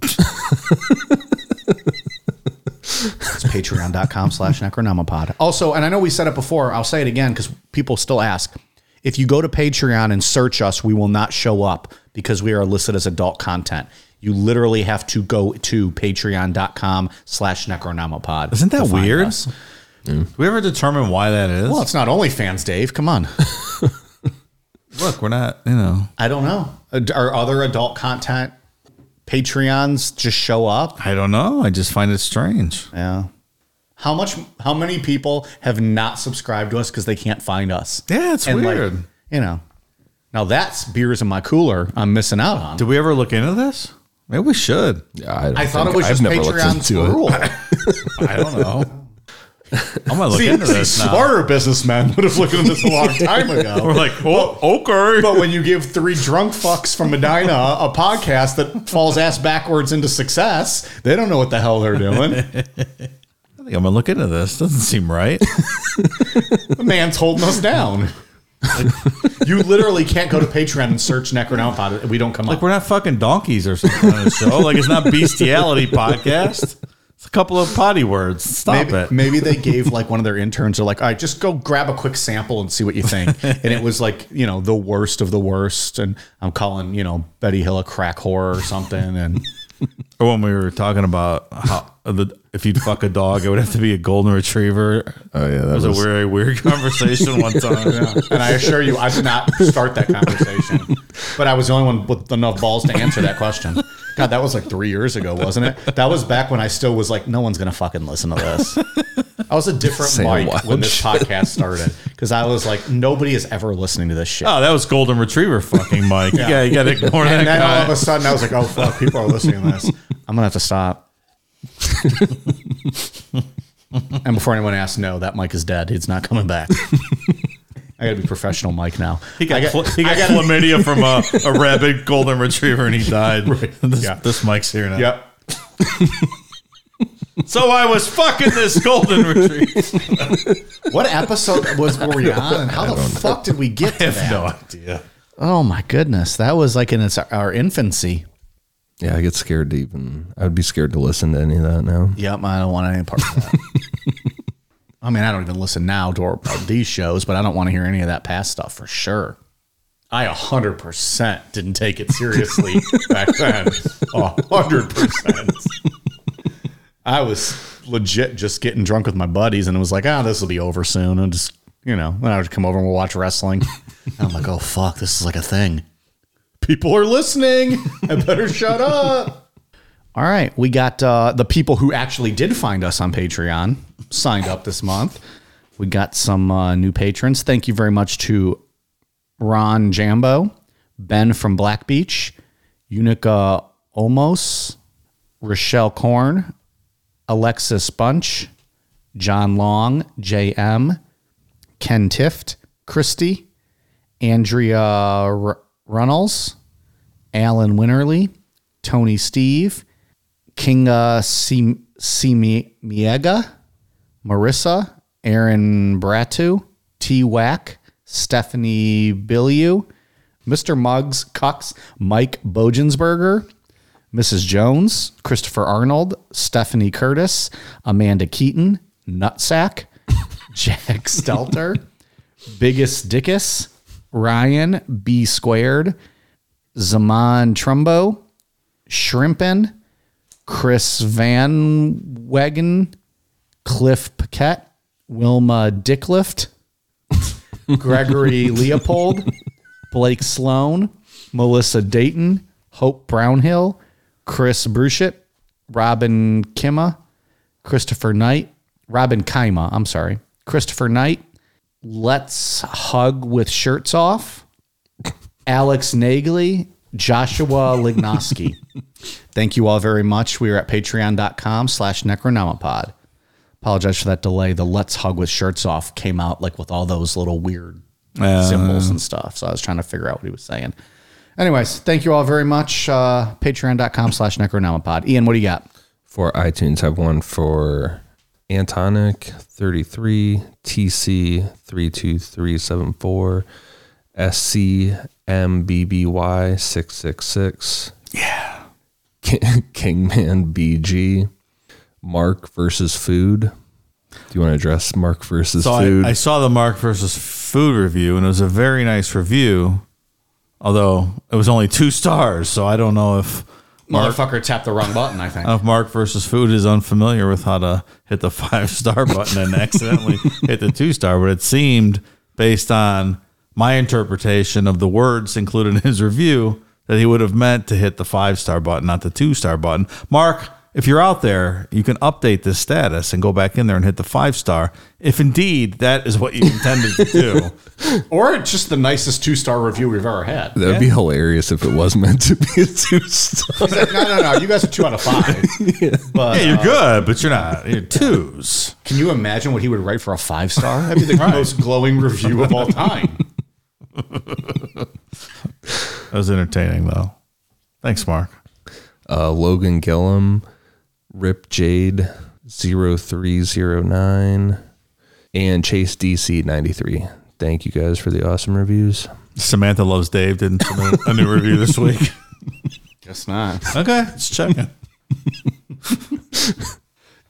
Speaker 6: it's patreon.com slash necronomipod. Also, and I know we said it before, I'll say it again because people still ask. If you go to Patreon and search us, we will not show up because we are listed as adult content. You literally have to go to patreon.com slash necronomipod.
Speaker 3: Isn't that
Speaker 6: to find
Speaker 3: weird?
Speaker 6: us.
Speaker 3: Do we ever determine why that is?
Speaker 6: Well, it's not OnlyFans, Dave. Come on.
Speaker 3: Look, we're not, you know.
Speaker 6: I don't know. Ad- Are other adult content Patreons just show up?
Speaker 3: I don't know. I just find it strange.
Speaker 6: Yeah. How much? How many people have not subscribed to us because they can't find us?
Speaker 3: Yeah, it's
Speaker 6: like,
Speaker 3: weird.
Speaker 6: you know. Now that's beers in my cooler. I'm missing out on.
Speaker 3: Did we ever look into this? Maybe we should.
Speaker 2: Yeah, I, don't
Speaker 6: I thought
Speaker 2: think-
Speaker 6: it was
Speaker 2: I've
Speaker 6: just
Speaker 2: never looked
Speaker 6: Patreon's
Speaker 2: into it.
Speaker 6: rule.
Speaker 3: I don't know. I'm gonna look
Speaker 6: See,
Speaker 3: into
Speaker 6: see,
Speaker 3: this now.
Speaker 6: smarter businessmen would have looked at this a long time ago.
Speaker 3: We're like, oh, okay.
Speaker 6: But when you give three drunk fucks from Medina a podcast that falls ass backwards into success, they don't know what the hell they're doing.
Speaker 3: I think I'm gonna look into this. Doesn't seem right.
Speaker 6: The man's holding us down. you literally can't go to Patreon and search Necronomipod. We don't come
Speaker 3: like
Speaker 6: up.
Speaker 3: we're not fucking donkeys or something on the show. Like it's not bestiality podcast. It's a couple of potty words. Stop
Speaker 6: Maybe,
Speaker 3: it.
Speaker 6: maybe they gave like one of their interns are like, all right, just go grab a quick sample and see what you think. and it was like, you know, the worst of the worst. And I'm calling, you know, Betty Hill a crack whore or something. And
Speaker 3: Or Oh, when we were talking about how the, if you'd fuck a dog, it would have to be a golden retriever.
Speaker 2: Oh yeah,
Speaker 3: It
Speaker 2: that
Speaker 3: was,
Speaker 2: was,
Speaker 3: a very weird conversation one time.
Speaker 6: and I assure you, I did not start that conversation. But I was the only one with enough balls to answer that question. God, that was like three years ago, wasn't it? That was back when I still was like, no one's gonna fucking listen to this. I was a different
Speaker 2: Say
Speaker 6: Mike
Speaker 2: wild
Speaker 6: when this podcast started because I was like, nobody is ever listening to this shit.
Speaker 3: Oh, that was golden retriever fucking Mike. yeah. you gotta ignore that
Speaker 6: and then all
Speaker 3: guy.
Speaker 6: of a sudden, I was like, oh fuck, people are listening to this. I'm gonna have to stop. and before anyone asks, no, that Mike is dead. He's not coming back. I gotta be professional, Mike. Now
Speaker 3: He
Speaker 6: I
Speaker 3: got,
Speaker 6: got-
Speaker 3: fl- he
Speaker 6: I
Speaker 3: got
Speaker 6: gotta-
Speaker 3: chlamydia from a, a rabid golden retriever and he died. This,
Speaker 6: Yeah.
Speaker 3: this Mike's here now.
Speaker 6: Yep.
Speaker 3: So I was fucking this golden retriever.
Speaker 6: What episode was were we on? And how the fuck did we get to that?
Speaker 3: no idea.
Speaker 6: Oh my goodness, that was like in its, our infancy.
Speaker 2: yeah. I get scared to even. I would be scared to listen to any of that now.
Speaker 6: Yep, I don't want any part of that. I mean, I don't even listen now to our- these shows, but I don't want to hear any of that past stuff for sure. I 100% didn't take it seriously back then. 100%. I was legit just getting drunk with my buddies and it was like, ah, this will be over soon. And just, you know, then I would come over and we'll watch wrestling. And I'm like, oh, fuck, this is like a thing. People are listening. I better shut up. All right. We got uh, the people who actually did find us on Patreon signed up this month. We got some uh, new patrons. Thank you very much to Ron Jambo, Ben from Black Beach, Unica Omos, Rochelle Korn, Alexis Bunch, John Long, JM, Ken Tift, Christy, Andrea R- Runnels, Alan Winterly, Tony Steve, Kinga Sim- Simiega, Marissa, Aaron Bratu, T Wack, Stephanie Bilyeu, Mr. Muggs, Cox, Mike Bojensberger, Mrs. Jones, Christopher Arnold, Stephanie Curtis, Amanda Keaton, Nutsack, Jack Stelter, Biggest Dickus, Ryan B Squared, Zaman Trumbo, Shrimpin, Chris Van Wagen, Cliff Paquette, Wilma Dicklift, Gregory Leopold, Blake Sloan, Melissa Dayton, Hope Brownhill, Chris Bruchett, Robin Kimma, Christopher Knight,
Speaker 1: Robin Kaima, I'm sorry, Christopher Knight, Let's Hug with Shirts Off, Alex Nagley, Joshua Lignoski. Thank you all very much. We are at patreon.com slash necronomipod. Apologize for that delay. The Let's Hug with Shirts Off came out like with all those little weird symbols and stuff. So I was trying to figure out what he was saying. Anyways, thank you all very much. Uh, Patreon.com slash Necronomipod. Ian, what do you got?
Speaker 2: For iTunes, I have one for Antonic 33, TC 32374, SC MBBY 666. Yeah. Kingman BG, Mark versus Food. Do you want to address Mark versus
Speaker 3: So
Speaker 2: Food?
Speaker 3: I, I saw the Mark versus food review, and it was a very nice review. Although it was only two stars, so I don't know if
Speaker 1: Motherfucker tapped the wrong button, I think.
Speaker 3: if Mark versus food is unfamiliar with how to hit the five star button and accidentally hit the two star, but it seemed based on my interpretation of the words included in his review that he would have meant to hit the five star button, not the two star button. Mark, if you're out there, you can update this status and go back in there and hit the five star. If indeed that is what you intended to do,
Speaker 1: Or it's just the nicest two star review we've ever had.
Speaker 2: That'd be hilarious if it was meant to be a two star.
Speaker 1: no, no, no. You guys are two out of five. But
Speaker 3: yeah, you're good, but you're not. You're twos.
Speaker 1: can you imagine what he would write for a five star? That'd be the most glowing review of all time.
Speaker 3: That was entertaining though. Thanks, Mark.
Speaker 2: uh, Logan Gillum, Rip Jade 0309, and Chase DC 93. Thank you guys for the awesome reviews.
Speaker 3: Samantha loves Dave didn't submit a new review this week.
Speaker 1: Guess not.
Speaker 3: Okay, let's check it.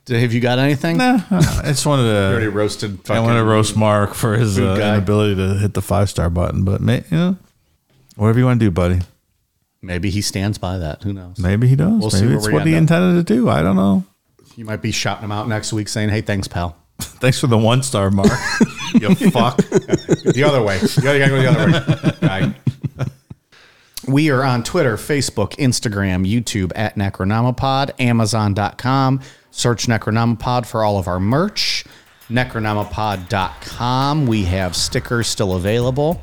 Speaker 1: Have you got anything?
Speaker 3: Nah, I just wanted
Speaker 1: Already
Speaker 3: to.
Speaker 1: roasted.
Speaker 3: I
Speaker 1: Fucking,
Speaker 3: wanted to roast Mark for his uh,
Speaker 1: Food guy.
Speaker 3: inability to hit the five star button, but may, you know, whatever you want to do, buddy.
Speaker 1: Maybe he stands by that. Who knows?
Speaker 3: Maybe he does.
Speaker 1: We'll see
Speaker 3: Maybe
Speaker 1: where
Speaker 3: it's
Speaker 1: we
Speaker 3: what
Speaker 1: end
Speaker 3: he
Speaker 1: up.
Speaker 3: intended to do. I don't know.
Speaker 1: You might be shouting him out next week, saying, "Hey, thanks, pal."
Speaker 3: Thanks for the one star, Mark.
Speaker 1: you fuck. the other way. You gotta go the other way. Right. We are on Twitter, Facebook, Instagram, YouTube at Necronomipod, Amazon.com. Search Necronomipod for all of our merch. Necronomipod.com. We have stickers still available.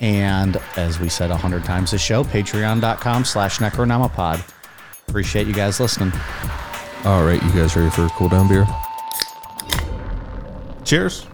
Speaker 1: And as we said a hundred times this show, patreon.com slash necronomipod. Appreciate you guys listening.
Speaker 2: All right, you guys ready for a cool down beer?
Speaker 3: Cheers.